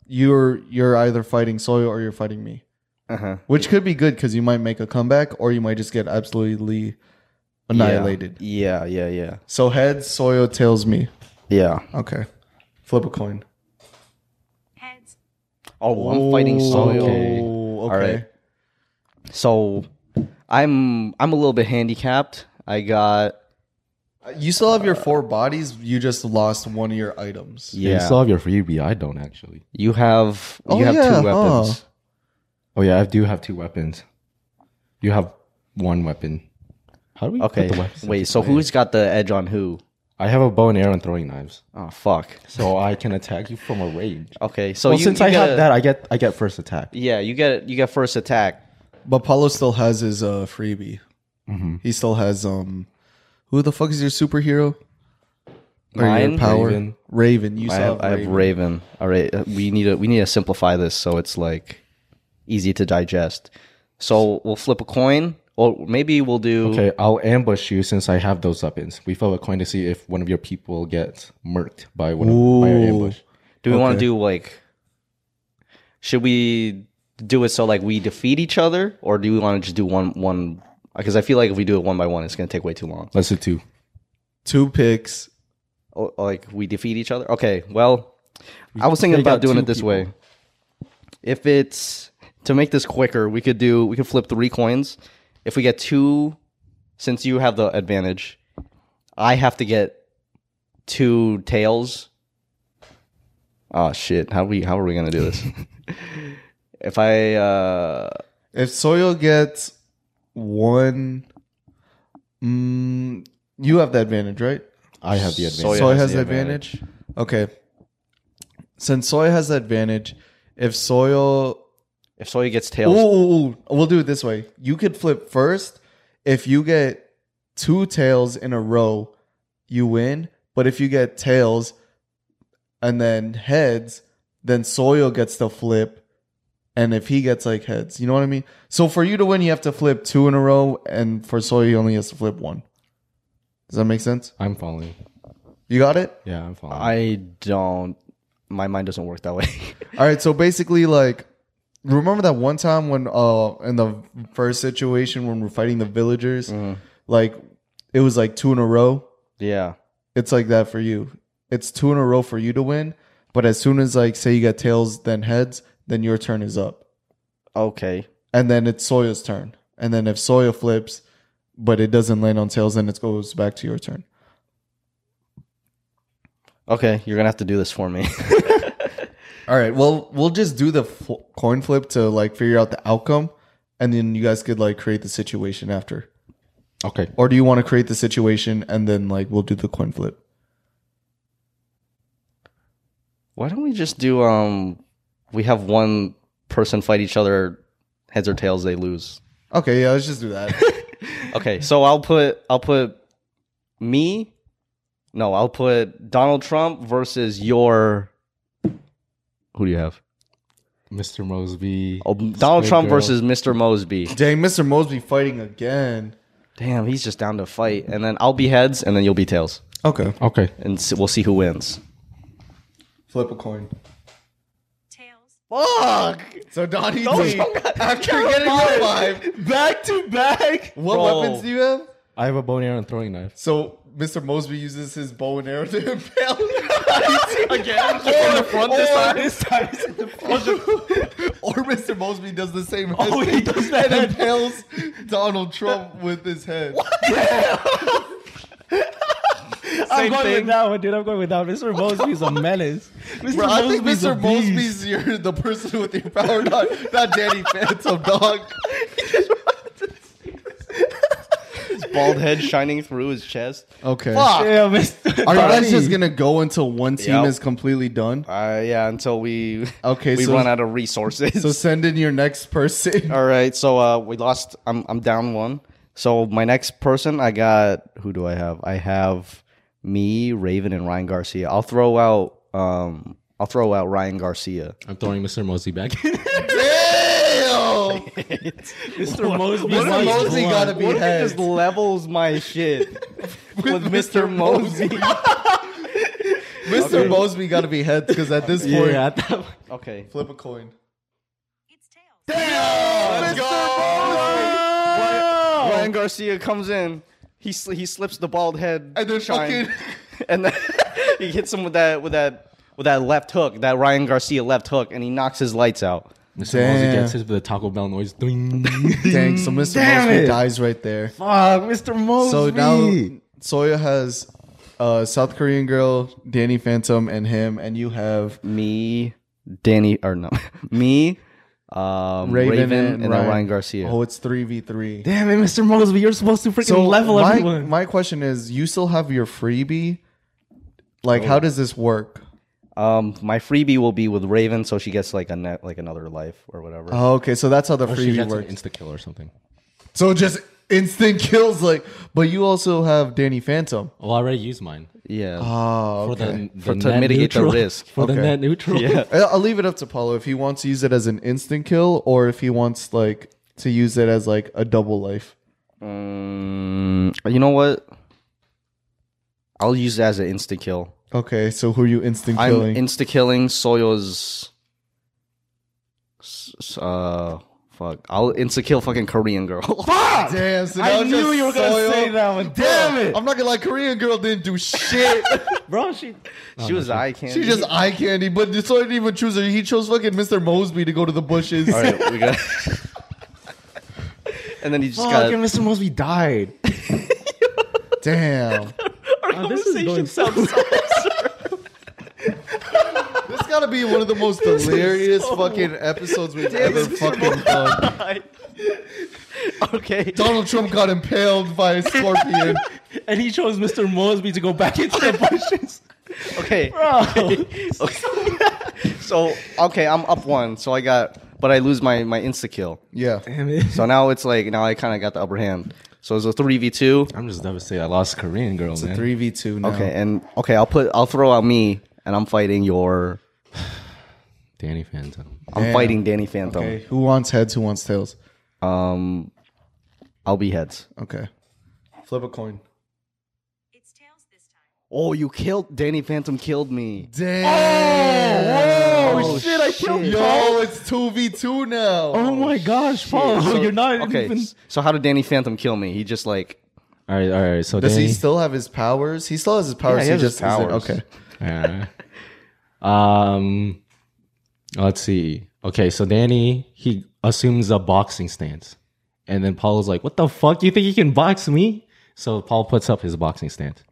You're you're either fighting Soyo or you're fighting me,
Uh-huh.
which could be good because you might make a comeback or you might just get absolutely annihilated.
Yeah, yeah, yeah,
So heads, Soyo, tails, me.
yeah.
Okay. Flip a coin.
Heads.
Oh, I'm fighting Soyo.
okay.
Oh,
All
okay.
right. So I'm I'm a little bit handicapped. I got
You still have your four bodies. You just lost one of your items.
yeah.
you still have your freebie. I don't actually.
you have you
Oh,
have
yeah,
two weapons.
Oh yeah, I do have two weapons. You have one weapon. How do we put
Okay.
the weapons?
Wait, so who's got the edge on who?
I have a bow and arrow and throwing knives,
Oh fuck.
so I can attack you from a range.
Okay, so
well,
you,
since
you
I
get
have
a-
that, I get I get first attack.
yeah, you get you get first attack.
But Paulo still has his uh, freebie.
Mm-hmm.
He still has um, who the fuck is your superhero? Or
Mine?
your power?
Raven.
Raven. You
I
still
have,
have,
I have
Raven.
Raven. All right, uh, we need to we need to simplify this so it's like easy to digest. So we'll flip a coin, or maybe we'll do.
Okay, I'll ambush you since I have those weapons. We flip a coin to see if one of your people gets murked by one of, by our ambush.
Do we want to do like? Should we do it so like we defeat each other, or do we want to just do one one? Because I feel like if we do it one by one, it's gonna take way too long.
Let's do two.
Two picks.
Oh, like we defeat each other. Okay, well, I was thinking
take
about
out
doing
two
it this way. If it's to make this quicker, we could do we could flip three coins. If we get two, since you have the advantage, I have to get two tails. Oh shit! How we how are we gonna do this? if I uh
If Soyo gets one, mm, you have the advantage, right?
I have the advantage.
Soy
Soy
has
has
the
the advantage. Okay. Since Soy has the advantage, if Soyo,
if Soya gets
ooh,
tails,
ooh, ooh, we'll do it this way. You could flip first. If you get two tails in a row, you win. But if you get tails and then heads, then Soyo gets to flip. And if he gets like heads, you know what I mean? So for you to win, you have to flip two in a row, and for Soyo, he only has to flip one. Does that make sense?
I'm following.
You got it?
Yeah, I'm following.
I don't. My mind doesn't work that way.
All right, so basically, like, remember that one time when, uh, in the first situation when we're fighting the
Mm-hmm.
villagers,
Mm-hmm.
like, it was like two in a row.
yeah.
It's like that for you. It's two in a row for you to win, but as soon as like say you got tails then heads, then your turn is up,
Okay.
and then it's Soya's turn, and then if Soya flips, but it doesn't land on tails, then it goes back to your turn.
Okay. You're gonna have to do this for me.
All right. Well, we'll just do the f- coin flip to like figure out the outcome, and then you guys could like create the situation after.
okay.
Or do you want to create the situation and then like we'll do the coin flip?
Why don't we just do um? We have one person fight each other, heads or tails. They lose.
Okay, yeah, let's just do that.
Okay. So I'll put I'll put me. No, I'll put Donald Trump versus your. Who do you have?
Mr. Mosby.
Oh, Donald
Squid
Trump
Girl.
versus Mr. Mosby.
Dang, Mr. Mosby fighting again.
Damn, he's just down to fight. And then I'll be heads, and then you'll be tails,
Okay,
Okay.
and s- we'll see who wins.
flip a coin.
Tails.
Fuck! So Donnie D, after getting your five,
Back to back.
what
Bro.
weapons do you have?
I have a bone arrow and throwing knife.
So Mr. Mosby uses his bow and arrow to impale.
Again, in the front this time.
This time it's in the
or Mr. Mosby does the same.
Oh, he does that.
and impales Donald Trump with his head.
I'm going
thing.
with that one, dude. I'm going with that. one. Mr. Mosby's a menace. Mr.
Bro, I think
Mosby's a
Mr.
beast.
Mosby's your, the person with your power, not, not Danny Phantom, dog.
Bald head shining through his chest.
Okay.
Ah.
Yeah, Mr.
Are you guys
Donnie.
just gonna go until one team
Yep.
is completely done?
Uh, yeah, until we
Okay,
we
so-
run out of resources.
So send in your next person.
All right, so uh, we lost. I'm I'm down one. So my next person, I got who do I have? I have me, Raven, and Ryan Garcia. I'll throw out um I'll throw out Ryan Garcia.
I'm throwing Mr. Mosby back.
Damn!
Mr. Mosby.
Mr.
Mike
Mosby
Blood.
gotta be
What if it
heads
just levels my shit with, Mr. Mosby?
Mr. Mosby gotta be heads because at this point,
Yeah, I thought-
okay.
flip a coin.
It's
Mr.
tails.
Mosby!
Ryan Garcia comes in. He sl- he slips the bald head
And then
shine,
fucking-
and then he hits him with that with that with that left hook, that Ryan Garcia left hook, and he knocks his lights out.
Mr.
Damn.
Mosby gets his with the Taco Bell noise. Ding.
Dang, so Mr.
Damn
Mosby
it.
dies right there.
Fuck, Mr. Mosby.
So now Soya has uh, South Korean girl, Danny Phantom, and him, and you have
Me, Danny, or no, me, um, Raven, and, then Ryan Garcia.
Oh, it's three v three.
Damn it, Mr. Mosby, you're supposed to freaking
So
level
my,
everyone.
my question is, you still have your freebie? Like,
Oh.
how does this work?
Um, my freebie will be with Raven, so she gets like a net, like another life or whatever.
Oh, okay, so that's how the
She
freebie
gets an
works.
insta kill or something.
so just instant kills, like. But you also have Danny Phantom.
Well, Oh, I already used mine.
yeah,
Oh,
For
okay.
the, the
For- to
net
mitigate the
neutral.
risk.
For
Okay.
the net neutral.
yeah.
I- I'll leave it up to Paulo if he wants to use it as an instant kill or if he wants like to use it as like a double life.
Mm, you know what? I'll use it as an insta kill.
Okay, so who are you instant
I'm
killing?
insta killing Soyo's. s- s- Uh, fuck! I'll insta kill fucking Korean girl.
Fuck!
Damn, so now
I
it's
knew
just
you were gonna
soil.
say that one. Damn it,
I'm not gonna lie, Korean girl didn't do shit.
bro. She
she was eye candy.
she just eye candy, but this one didn't even choose her. He chose fucking Mr. Mosby to go to the bushes.
All right, we got. and then he just got.
fucking Mr. Mosby died.
Damn.
Oh, this is going sounds
This gotta be one of the most hilarious fucking episodes we've ever fucking done.
okay.
Donald Trump got impaled by a scorpion.
and he chose Mr. Mosby to go back into the bushes.
Okay.
Oh.
Bro,
So okay, I'm up one. So I got, but I lose my my insta kill.
Yeah.
damn it.
So now it's like now I kind of got the upper hand. So it's a three v two.
I'm just devastated. I lost Korean girl, man.
3v2 now.
Okay, and okay, I'll put I'll throw out me, and I'm fighting your.
Danny Phantom.
I'm
Damn.
fighting Danny Phantom.
Okay, Who wants heads? Who wants tails?
Um, I'll be heads.
Okay. Flip a coin.
It's tails this time.
Oh, you killed Danny Phantom. Killed me.
Damn.
Oh, shit, I killed
shit.
Yo, it's 2v2 now.
Oh my gosh, Paul,
So-
you're not
okay.
even.
s- So how did Danny Phantom kill me? He just like
All right, all right. So
Does
Danny,
he still have his powers? He still has his powers.
Yeah, he has his
just isn't-
powers.
Okay.
Yeah. um, let's see. Okay, so Danny he assumes a boxing stance, and then Paul is like, "What the fuck? You think you can box me?" So Paul puts up his boxing stance,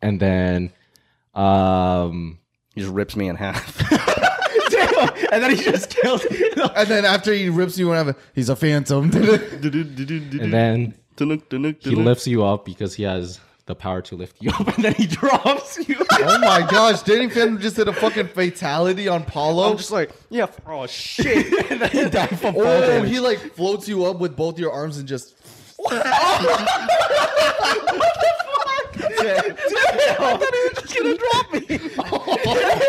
and then, um,
he just rips me in half.
And then he just killed.
And then after he rips you in half, he's a phantom.
and then he
he
lifts you up because he has the power to lift you up, and then he drops you.
oh my gosh, Danny Phantom just did a fucking fatality on Paulo.
I'm just like, yeah. f- Oh shit.
oh, he like floats you up with both your arms and just.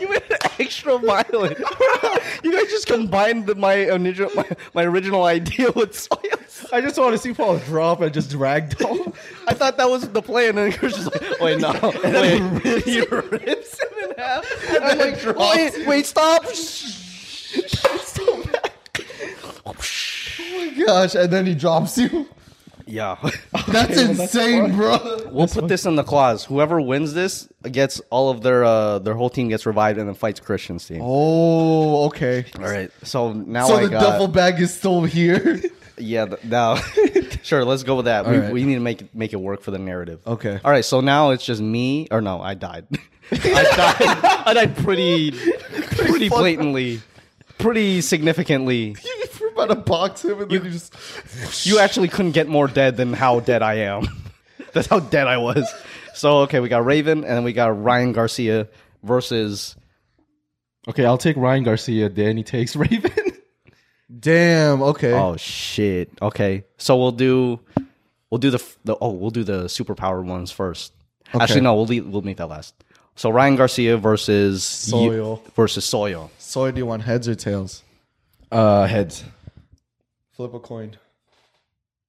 you made it extra violent. you guys just combined the, my, original, my my original idea with science.
I just want to see Paul drop and just drag down.
I thought that was the plan, and you're just like, wait, no, wait. He rips him in half, and then like, wait, wait, stop.
oh Gosh, and then he drops you.
Yeah,
That's insane, bro.
we'll put this in the clause. Whoever wins this gets all of their uh, their whole team gets revived and then fights Christian's team.
Oh, okay.
All right, so now
so
I
the
got
duffel bag is still here.
yeah. th- Now, sure, let's go with that. We,
right.
we need to make it make it work for the narrative.
Okay.
All right, so now it's just me, or no, I died. I died. I died pretty, pretty blatantly, pretty significantly.
You're about to box him, and then you just.
You actually couldn't get more dead than how dead I am. That's how dead I was. So okay, we got Raven, and then we got Ryan Garcia versus.
okay, I'll take Ryan Garcia. Danny takes Raven.
Damn. Okay.
Oh shit. Okay, so we'll do, we'll do the f- the oh we'll do the superpower ones first. Actually, no, we'll leave, we'll make that last. So Ryan Garcia versus
Soil.
versus Soyo.
Soy, do you want heads or tails?
Uh, heads.
Flip a coin.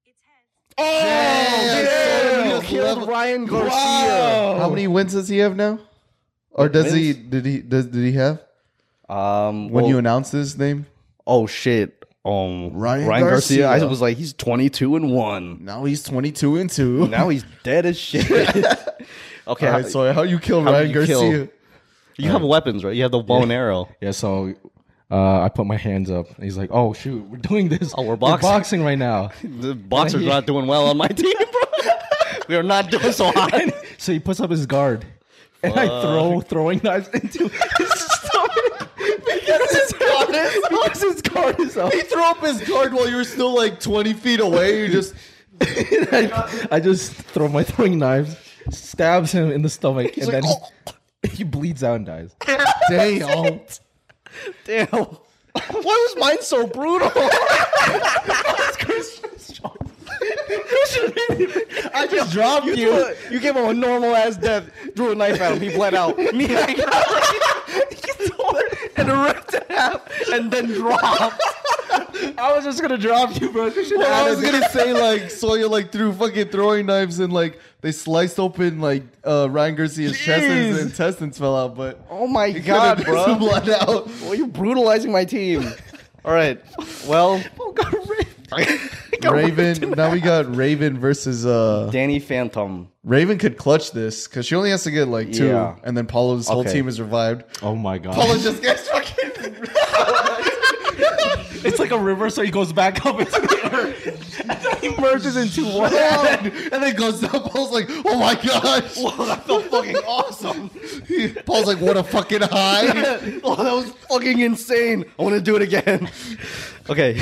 It's heads.
You killed Ryan Garcia. Oh.
How many wins does he have now? Or does he? Did he? Does did he have
Um,
when
well-
you announced his name?
oh shit, um,
Ryan
Ryan, Garcia. I
Garcia.
was like, he's twenty two and one.
Now he's twenty two and two.
Now he's dead as shit. okay,
All right,
how-
Soy, how you kill
how
Ryan
did you kill?
Garcia?
you have weapons, right? You have the bow and arrow.
Yeah, so uh, I put my hands up. And he's like, "Oh shoot, we're doing this. Oh,
we're boxing."
right now."
The boxers are not doing well on my team, bro. we are not doing so hot.
And so he puts up his guard, and I throw throwing knives into his stomach because his guard is because his guard is up.
He threw up his guard while you were still like twenty feet away. You just
And I, I just throw my throwing knives, stabs him in the stomach, and then he, he bleeds out and dies.
damn.
Damn. Why was mine so brutal?
I just dropped you.
you gave him a normal ass death, drew a knife at him, he bled out. Me, I got he tore it and ripped it half and then dropped.
I was just gonna drop you, bro. You should've
I
added
was gonna say like Soya like threw fucking throwing knives and like they sliced open like uh, Ryan Garcia's chest and his
Jeez.
intestines fell out, but
Oh my god,
Some
bro.
blood out.
Well, you're brutalizing my team. All right. Well,
Raven. Now we got Raven versus uh
Danny Phantom.
Raven could clutch this because she only has to get like two,
Yeah.
and then Paulo's whole
Okay.
team is revived.
Oh my god.
Paulo just gets fucking.
It's like a river, so he goes back up into the earth. And then he merges into one.
and then goes down. Paul's like, "Oh my gosh!" Wow, that felt fucking awesome. Paul's like, "What a fucking high!"
Oh, that was fucking insane. I want to do it again. Okay.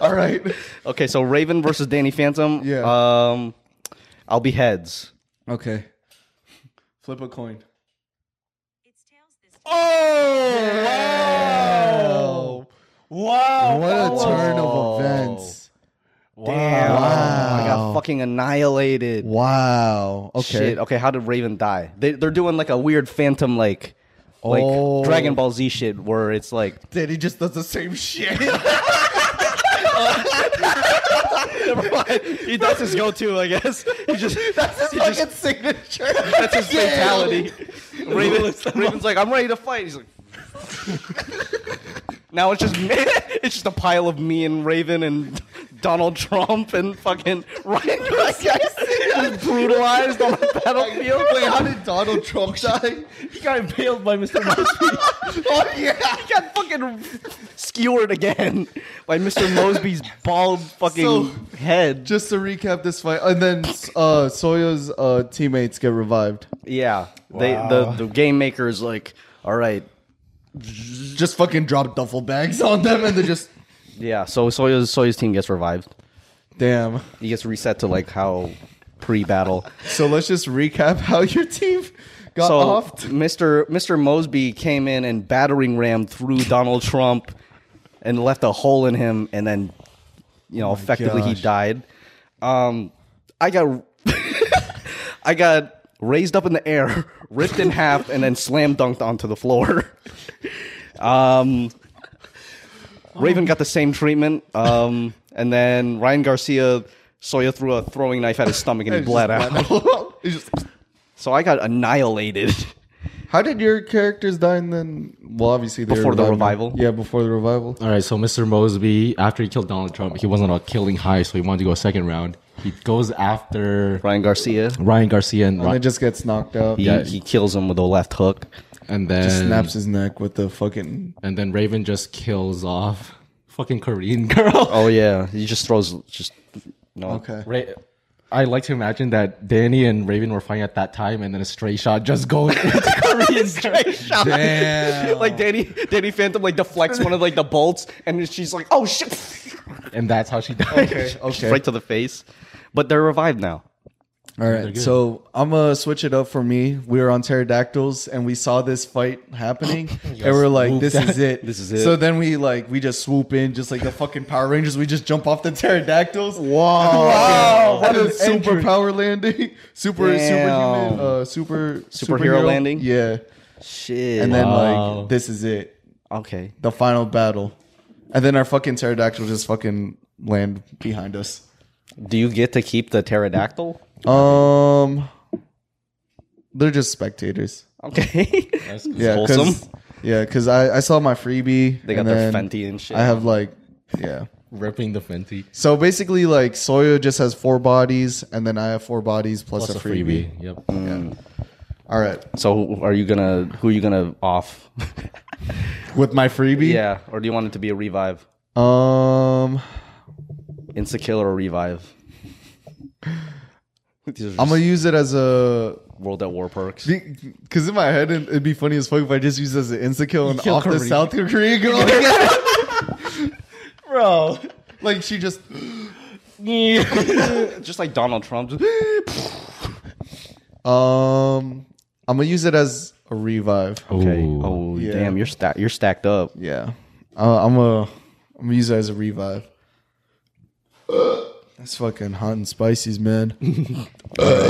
All right,
okay, so Raven versus Danny Phantom.
Yeah.
Um, I'll be heads.
okay. Flip a coin.
It's tails this time.
Oh,
Oh,
Wow.
what a
Paul.
turn of events!
Damn. I got fucking annihilated.
Wow. Okay.
Shit. Okay, how did Raven die? They, they're doing like a weird Phantom like. Like
Oh.
Dragon Ball Z shit, where it's like
Then he just does the same shit.
Never mind. He, that's his go-to, I guess. He just that's his, he
fucking
just,
signature.
that's his mentality. Raven, Raven's like, I'm ready to fight. He's like. Now it's just me. It's just a pile of me and Raven and Donald Trump and fucking Ryan Garcia just brutalized on the battlefield.
Wait, how did Donald Trump die?
He got impaled by Mr. Mosby.
Oh yeah.
He got fucking skewered again by Mr. Mosby's bald fucking
So-
head.
Just to recap this fight, and then uh, Soya's uh, teammates get revived.
Yeah, they the, the game maker is like, all right,
Just fucking drop duffel bags on them, and they just
yeah. So Soya's Soya's team gets revived.
damn.
He gets reset to like how pre-battle.
So let's just recap how your team got
so
off.
Mr. Mr. Mosby came in and battering ram through Donald Trump and left a hole in him, and then you know effectively he
gosh.
died. Um, I got I got raised up in the air, ripped in half, and then slam dunked onto the floor. Um, Raven got the same treatment, um, and then Ryan Garcia. Sawyer threw a throwing knife at his stomach and he bled out.
It's just-
So I got annihilated.
how did your characters die? And then, well, obviously they were
Before the
revived.
revival?
Yeah, before the revival.
All right, so Mr. Mosby, after he killed Donald Trump, he wasn't on a killing high, so he wanted to go second round. He goes after
Ryan Garcia.
Ryan Garcia and,
And
Ri-
it just gets knocked out.
He,
Yeah.
he kills him with a left hook.
and then
Just snaps his neck with the fucking.
and then Raven just kills off fucking Korean girl.
Oh yeah, he just throws just no.
Okay.
Ra- I like to imagine that Danny and Raven were fighting at that time, and then a stray shot just goes into Korean girl.
Damn.
Like Danny, Danny Phantom like deflects one of like the bolts, and she's like, "Oh shit!"
and that's how she died.
Okay.
Right to the face. But they're revived now.
All right, so I'm gonna switch it up for me. We were on pterodactyls and we saw this fight happening, and we're like, "This is it,
This is it.
So then we like we just swoop in, just like the fucking Power Rangers. We just jump off the pterodactyls. Wow, wow, what a superpower landing, super
Damn.
superhuman, uh, super
Superhero landing?
Yeah,
Shit.
and then
Wow.
like this is it,
okay,
the final battle, and then our fucking pterodactyl just fucking land behind us.
do you get to keep the pterodactyl?
Um, they're just spectators.
Okay.
yeah,
It's wholesome.
Cause, yeah, because I, I saw my freebie.
They got
and
their
then
Fenty and shit.
I have like, yeah.
Ripping the Fenty.
So basically, like Soyo just has four bodies, and then I have four bodies plus,
That's
a freebie.
Yep.
All right,
so are you gonna? Who are you gonna off?
with my freebie.
yeah, or do you want it to be a revive?
Um,
Insta kill or revive? These are
I'm gonna
just
use it as a
World at War perks.
because in my head it- it'd be funny as fuck if I just use it as an insta kill and off the
Korea.
South Korea girl,
Bro.
like she just
just like Donald Trump. just-
um. I'm gonna use it as a revive.
Okay.
Ooh.
Oh
Yeah.
damn, you're stacked. You're stacked up.
Yeah. Uh, I'm a. I'm gonna use that as a revive. That's fucking hot and spices, man.
All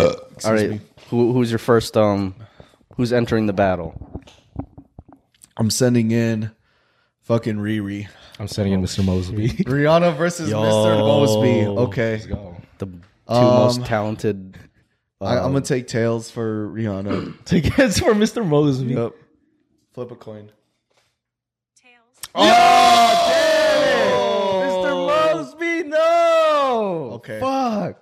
right. Who, who's your first? Um, who's entering the battle?
I'm sending in fucking Riri.
I'm sending in Mr. Mosby.
Rihanna versus Mr. Mosby. Okay.
Let's go.
The two most talented.
I, I'm gonna take tails for Rihanna.
Tickets for Mr. Mosby.
yep. Flip a coin.
Tails.
Mr. Mosby, no.
Okay.
Fuck.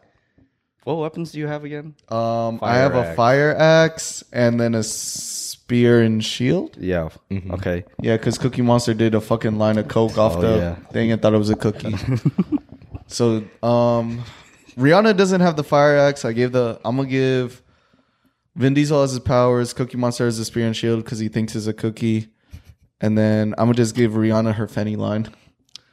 What weapons do you have again?
Um, I
Fire
have a
axe.
fire axe and then a spear and shield.
Yeah. Okay.
Yeah, because Cookie Monster did a fucking line of coke off
Oh,
the
yeah.
thing and thought it was a cookie. so, um, Rihanna doesn't have the fire axe. I gave the. I'm gonna give. Vin Diesel has his powers. Cookie Monster has the spear and shield because he thinks it's a cookie. And then I'm gonna just give Rihanna her Fenny line.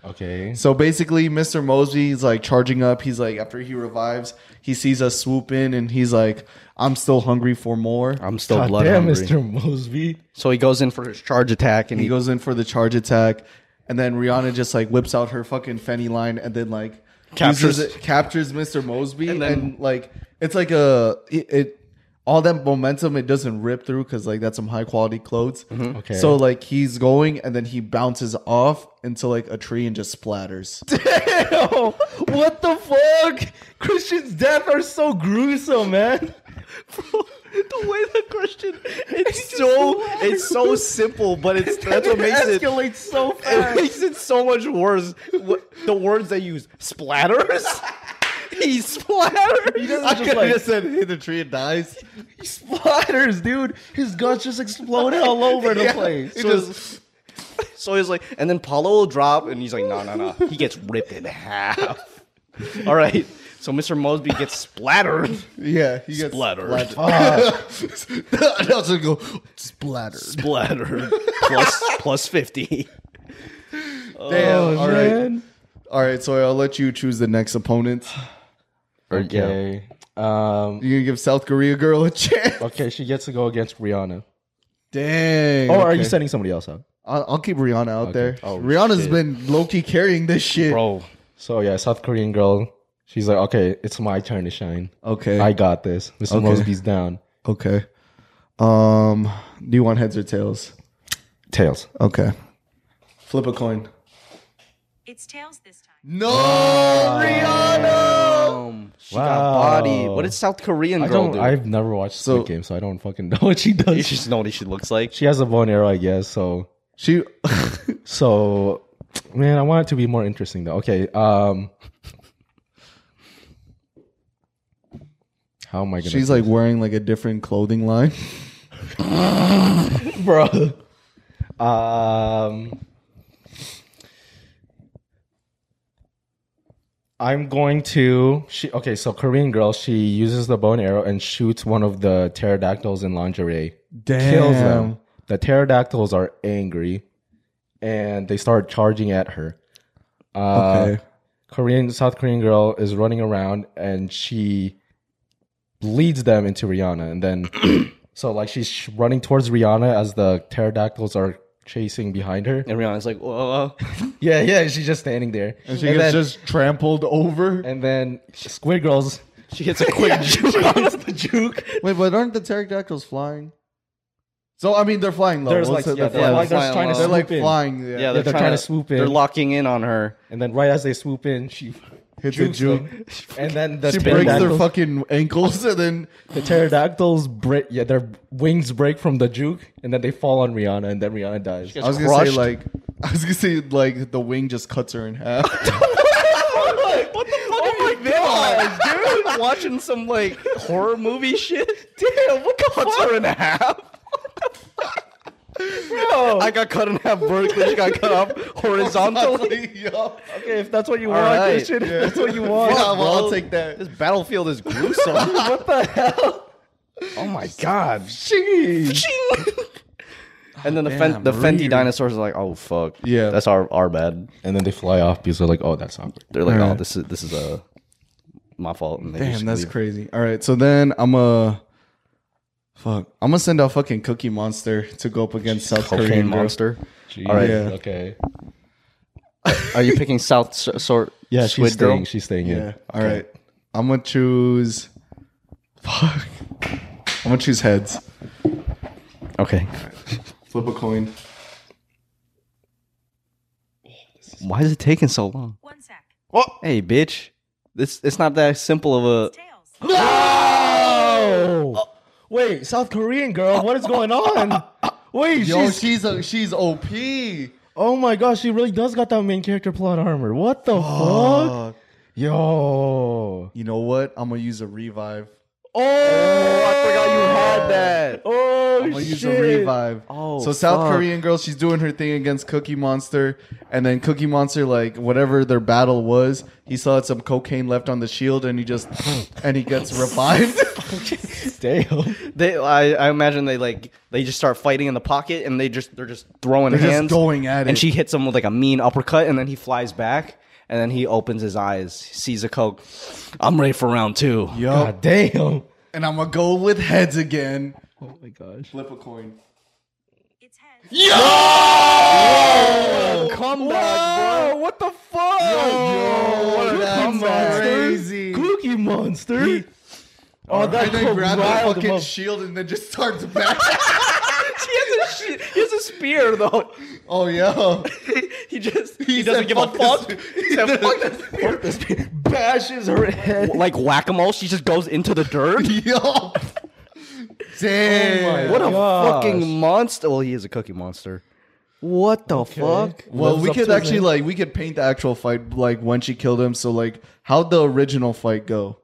Okay.
So basically, Mr. Mosby is like charging up. He's like, after he revives, he sees us swoop in and he's like, I'm still hungry for more.
I'm still
God
blood
damn,
hungry.
Mr. Mosby.
So he goes in for his charge attack, and he,
He goes in for the charge attack, and then Rihanna just like whips out her fucking Fenny line, and then like
Captures-
uses it, captures Mr. Mosby, and,
then-
like it's like a it, it- all that momentum it doesn't rip through because like that's some high quality clothes.
Okay.
So like he's going and then he bounces off into like a tree and just splatters.
Damn, Oh, what the fuck? Christian's death are so gruesome, man.
the way the question it's so it's so simple, but it's that's what makes it
escalates so
it
fast.
makes it so much worse. What, the words they use splatters. he splatters.
He doesn't just like
said hit the tree and dies.
he splatters, dude. His guts just exploded all over the place.
He just- so he's like, and then Paulo will drop, and he's like, no, no, no. He gets ripped in half. All right. So Mr. Mosby gets splattered.
Yeah, he gets
Splattered.
I also go splattered.
Splattered. plus, plus 50.
Damn. all right.
Oh, man.
All right. So I'll let you choose the next opponent.
Okay. Um.
You gonna give South Korea girl a chance?
Okay, she gets to go against Rihanna.
Dang.
Or Oh, are
okay.
you sending somebody else out?
I'll, I'll keep Rihanna out there.
Oh,
Rihanna's
shit.
been low key carrying this shit.
Bro.
So yeah, South Korean girl. She's like, okay, it's my turn to shine.
Okay.
I got this. Mr.
Okay.
Mosby's down.
okay. Um. Do you want heads or tails?
Tails.
Okay. Flip a coin.
It's tails this time.
No,
Um, she got body. What did South Korean
I
girl
don't.
do?
I've never watched Squid
So-
Game, so I don't fucking know what she
You
does.
just know what she looks like.
She has a bone arrow, I guess. So,
She.
so, man, I want it to be more interesting though. Okay. Um. How am I gonna?
she's like wearing like a different clothing line.
bro. Um, I'm going to. She okay. So Korean girl, she uses the bow and arrow and shoots one of the pterodactyls in lingerie.
Damn.
Kills them. The pterodactyls are angry, and they start charging at her. Uh,
Okay.
Korean South Korean girl is running around and she leads them into Rihanna and then so like she's sh- running towards Rihanna as the pterodactyls are chasing behind her.
And Rihanna's like, whoa.
Yeah, yeah, she's just standing there.
and
And,
she gets
then,
just trampled over.
and then Squid Girls
She gets a quick juke. the juke.
Wait, but aren't the pterodactyls flying? So I mean, they're flying low.
There's
We'll
like-
say
yeah, they're
flying.
like- they're
flying
trying to
low. They're like
swoop in.
flying.
Yeah,
Yeah,
they're, trying, to
swoop
They're
in.
locking in on her.
and then right as they swoop in, she
hit the
jukes
juke.
them. and then the
She breaks their
pterodactyls-
fucking ankles and then
the pterodactyls break yeah, their wings break from the juke and then they fall on Rihanna and then Rihanna dies.
I was gonna
crushed.
say like I was gonna say like the wing just cuts her in half.
What the fuck oh my god, dude? Watching some like horror movie shit. Damn, what the cuts her in half. Bro. I got cut in half vertically. She got cut up horizontally.
Yo.
Okay, if that's what you
want, Christian,
if that's what you want.
Yeah, well, I'll
bro.
take that.
This battlefield is gruesome. what the hell? Oh my god. and then the,
damn,
Fen- the Fendi
Rear.
dinosaurs are like, oh fuck.
Yeah.
That's our, our bad.
And then they fly off because they're like, oh, that's awkward.
They're like, oh,
Alright.
this is this is uh, my fault. And they just
Damn, that's
leave.
crazy. All right, so then I'm a fuck. I'm gonna send out fucking Cookie Monster to go up against South
cocaine
Korean girl.
monster.
All
right.
right.
Yeah.
Okay.
Are you picking South so- sort?
Yeah, she's
Squid
staying.
Girl?
She's staying.
Yeah.
Yeah.
All right. I'm gonna choose. Fuck. I'm gonna choose heads.
Okay.
Flip a coin.
Why is it taking so long?
One sec.
Hey, bitch. This it's not that simple of a.
Tails.
Oh. Wait, South Korean girl, what is going on? Wait,
Yo,
she's.
she's a, she's OP. Fuck.
Oh my gosh, she really does got that main character plot armor. What the fuck? Oh. Yo.
You know what? I'm gonna use a revive.
Oh, I forgot you had that.
Oh,
I'm gonna use a revive.
Oh,
so South
fuck.
Korean girl, she's doing her thing against Cookie Monster, and then Cookie Monster, like whatever their battle was, he still had some cocaine left on the shield, and he just and he gets revived.
Damn.
They, I, I imagine they like they just start fighting in the pocket and they just they're just throwing
They're just
hands,
going at
and
it.
she hits him with like a mean uppercut, and then he flies back, and then he opens his eyes, sees a coke. I'm ready for round two.
Yo,
God damn.
and I'm gonna go with heads again.
Oh my gosh.
Flip a coin.
It's heads.
Come back, bro. What the fuck?
Yo,
Yo,
that's
come on.
crazy.
Cookie monster.
Oh, that
and then
could
grab the
rile
fucking
them up.
shield and then just start to back.
he has a shi- he has a spear though.
oh yeah,
he just he, doesn't
said,
give a
"Fuck
fuck.
this."
He said, "Fuck this spear." Bashes her head.
Like whack a mole, she just goes into the dirt.
yo, damn.
What a
Gosh.
fucking monster! Well, he is a cookie monster. What the fuck?
Well,
Lives
we
up
could
to his
actually
name.
like we could paint the actual fight like when she killed him. So like, how'd the original fight go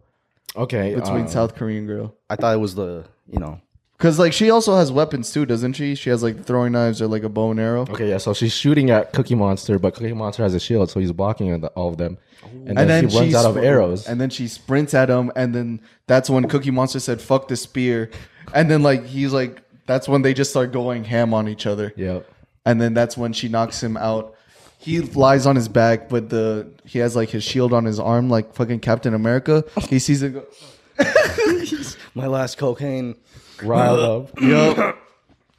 Okay.
between
uh,
South Korean girl?
I thought it was the you know.
Because like she also has weapons too, doesn't she? She has like throwing knives or like a bow and arrow.
Okay, yeah. So she's shooting at Cookie Monster, but Cookie Monster has a shield, so he's blocking it- all of them. And, then, she runs out of
spr-
arrows.
And then she sprints at him, and then that's when Cookie Monster said, "Fuck the spear," and then like he's like, that's when they just start going ham on each other.
yep.
and then that's when she knocks him out. He lies on his back, but the he has like his shield on his arm, like fucking Captain America. He sees it. Go,
My last cocaine
Riled up.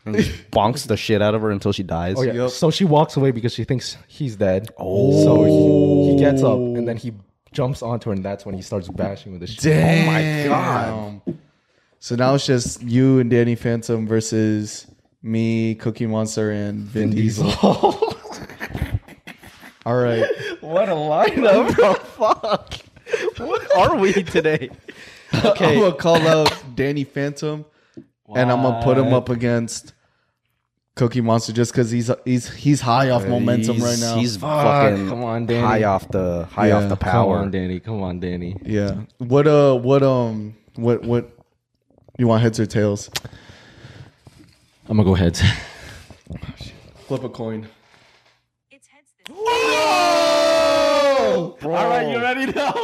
bonks the shit out of her until she dies.
Oh, yeah. So she walks away because she thinks he's dead. Oh. So he, he gets
Oh.
up and then he jumps onto her, and that's when he starts bashing with the shield.
Damn. my Oh god! So now it's just you and Danny Phantom versus me, Cookie Monster, and Vin, Diesel. All right.
What a lineup!
What are we today?
I'm gonna call out Danny Phantom, and I'm gonna put him up against Cookie Monster just because he's he's he's high off momentum
he's,
right now.
He's
Fuck,
fucking
come on, Danny.
high off the high
Yeah,
off the
come
power.
Come on, Danny. Come on, Danny.
yeah. What uh? What um? What what? You want heads or tails?
I'm gonna go heads.
Flip a coin.
It's heads this time.
All right,
Oh.
you ready now?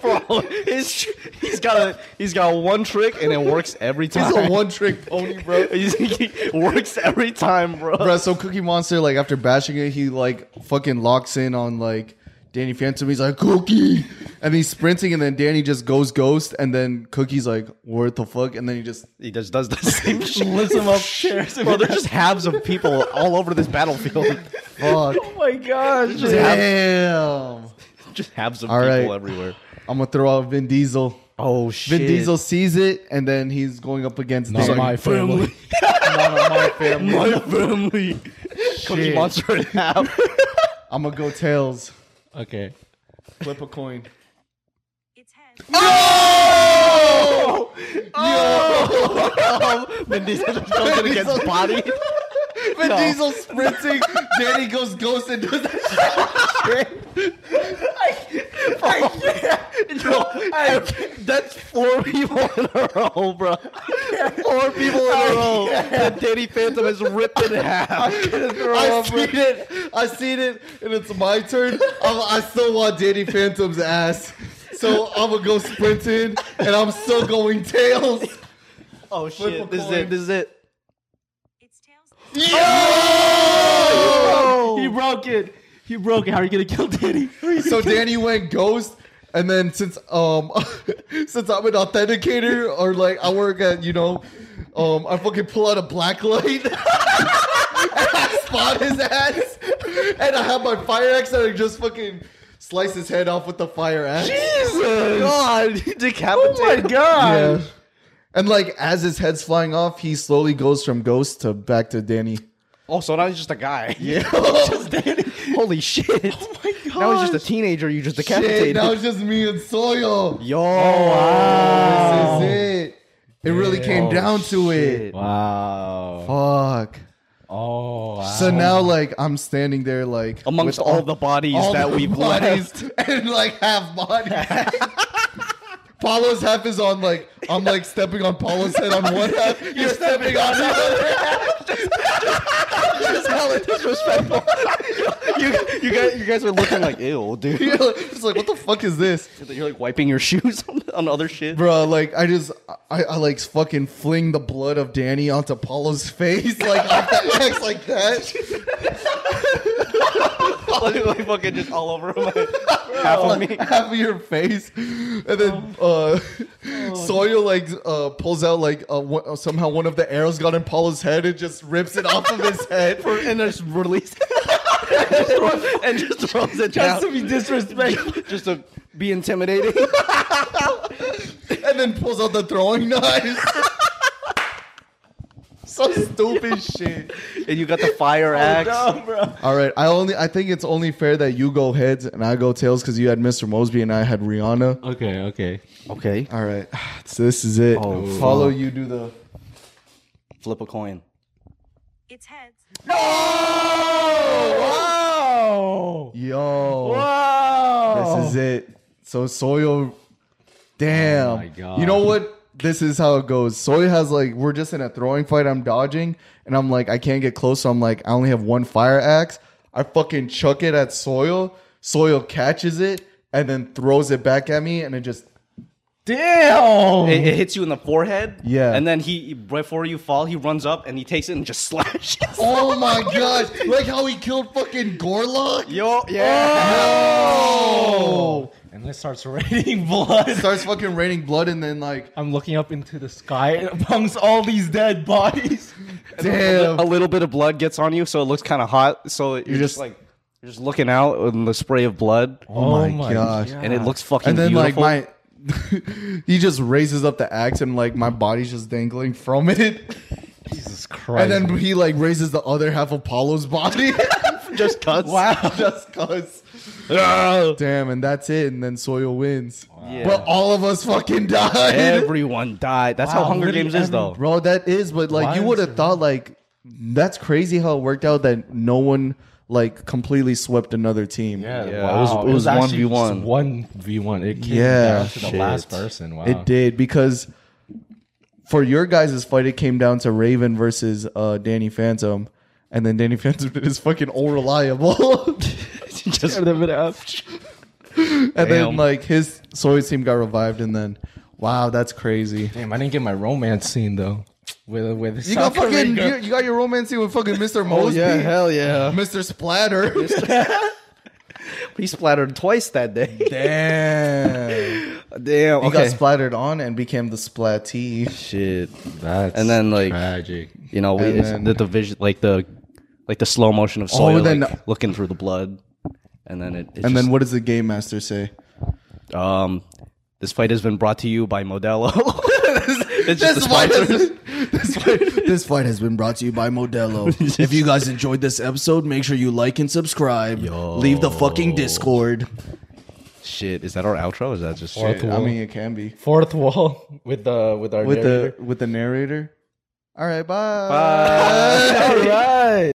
Bro, his, he's got a he's got one trick and it works every time.
He's a one trick pony, bro.
It works every time, bro.
Bro, so Cookie Monster, like after bashing it, he like fucking locks in on like Danny Phantom. He's like Cookie, and he's sprinting, and then Danny just goes ghost, and then Cookie's like, "What the fuck?" And then he just
He just does the same shit.
Lifts him up, chairs him.
Bro, there's just halves of people all over this battlefield.
fuck.
Oh my gosh!
Damn.
Just halves of
All
people
right.
everywhere.
I'm gonna throw out Vin Diesel.
Oh shit.
Vin Diesel sees it, and then he's going up against
Not
Danny.
my family.
Not on my family.
My family. Cookie Monster in half.
I'm gonna go tails.
okay.
Flip a coin.
It's heads.
Vin Diesel just goes in against body.
Vin Diesel sprinting. Danny goes ghost and does that shit.
That's four people in a row, bro. Four people in a
Oh,
row. That Danny Phantom is ripped in half.
I seen it. I seen it, and it's my turn. I'm, I still want Danny Phantom's ass, so I'm gonna go sprinting, and I'm still going tails.
Oh
Flip
shit.
a
This is
coin.
it. This is it.
It's tails.
Oh.
He broke it. He broke it. How are you gonna kill Danny? How are you
So Danny went ghost, and then since um since I'm an authenticator or like I work at you know um I fucking pull out a black light. and I spot his ass, and I have my fire axe, and I just fucking slice his head off with the fire axe.
Jesus!
God, he decapitated.
Oh my
Yeah.
god!
And like as his head's flying off, he slowly goes from ghost to back to Danny.
Oh, so now he's just a guy.
Yeah.
Danny.
Holy shit.
Oh my god!
Now he's just a teenager. You just
Shit,
decapitated.
now it's just me and Soyo.
Yo.
Oh,
wow.
This is it. It really came down to it.
Wow.
Fuck.
Oh. Wow.
So now like I'm standing there like
Amongst all, the bodies
all
that
the
we've left.
bodies and like half bodies. Paulo's half is on like I'm like stepping on Paulo's head on one half. You're stepping on the other
It's hella disrespectful. you, you guys, you guys are looking like ew, dude.
You're like- It's like what the fuck is this?
You're like wiping your shoes on, on other shit.
Bro, like I just I, I like fucking fling the blood of Danny onto Paulo's face like off the axe like that.
like, like fucking just all over my half of Oh, me. Oh.
Half of your face. And then uh Sawyer like uh pulls out like uh, one, somehow one of the arrows got in Paulo's head and just rips it off of his head.
For, and just release and just throws it
Just
down.
to be disrespectful.
Just a be intimidating.
and then pulls out the throwing knife. Some stupid shit.
and you got the fire axe.
All right, I only I think it's only fair that you go heads and I go tails because you had Mr. Mosby and I had Rihanna.
Okay, okay.
Okay.
All right, so this is it.
Oh,
Follow you do the.
Flip a coin.
It's heads.
Oh,
Wow!
Yo,
Wow!
this is it. So Soyo, damn.
Oh my God.
You know what? This is how it goes. Soy has like we're just in a throwing fight. I'm dodging and I'm like I can't get close. So I'm like I only have one fire axe. I fucking chuck it at Soyo. Soyo catches it and then throws it back at me and it just
Damn!
It, it hits you in the forehead.
Yeah.
And then he, before you fall, he runs up and he takes it and just slashes.
Oh my gosh! Like how he killed fucking Gorlock.
Yo, yeah.
Oh!
And it starts raining blood.
Starts fucking raining blood and then like,
I'm looking up into the sky amongst all these dead bodies.
damn.
A little bit of blood gets on you, so it looks kind of hot. So you're, just,
just-
like, you're just looking out in the spray of blood,
Oh my gosh.
and it looks fucking
And then
beautiful.
like my. he just raises up the axe and like my body's just dangling from it.
Jesus
And
Christ.
then he like raises the other half of Paulo's body.
just cuts.
wow. Just cuz. Damn, and that's it. And then Soyo wins.
Yeah.
But all of us fucking died.
Everyone died. That's how
Wow,
Hunger
literally
Games is,
every-
though.
Bro, that is, but like you
Lions
would
are-
have thought like that's crazy how it worked out that no one like completely swept another team.
yeah,
Yeah,
wow.
it was- it was
actually
1v1.
just 1v1. It came
Yeah,
down to the
shit.
last person. Wow.
It did because for your guys' fight it came down to Raven versus uh Danny Phantom. And then Danny Phantom did his fucking all reliable.
just
and
Damn.
then like his soy team got revived and then wow, that's crazy.
Damn, I didn't get my romance scene though. With with
You got fucking you, you got your romance scene with fucking Mr. Mosby.
hell Oh, yeah.
Mr. Splatter.
He splattered twice that day.
Damn.
Damn.
He
Okay.
got splattered on and became the splatty.
Shit.
That's
And then like
tragic.
you know, we,
And
it's
then- Oh,
the division, like the like the slow motion of soil,
then-
like, looking through the blood, and then it. It's
And then what does the game master say?
then um, this fight has been brought to you by Modelo. it's just the sponsors.
this, fight, this fight has been brought to you by Modelo. if you guys enjoyed this episode, make sure you like and subscribe. Leave the fucking Discord.
Shit, is that our outro? Is that just
Fourth
I
wall.
mean, it can be
Fourth wall with the with our
with
narrator.
the with the narrator. All right,
Bye.
all right.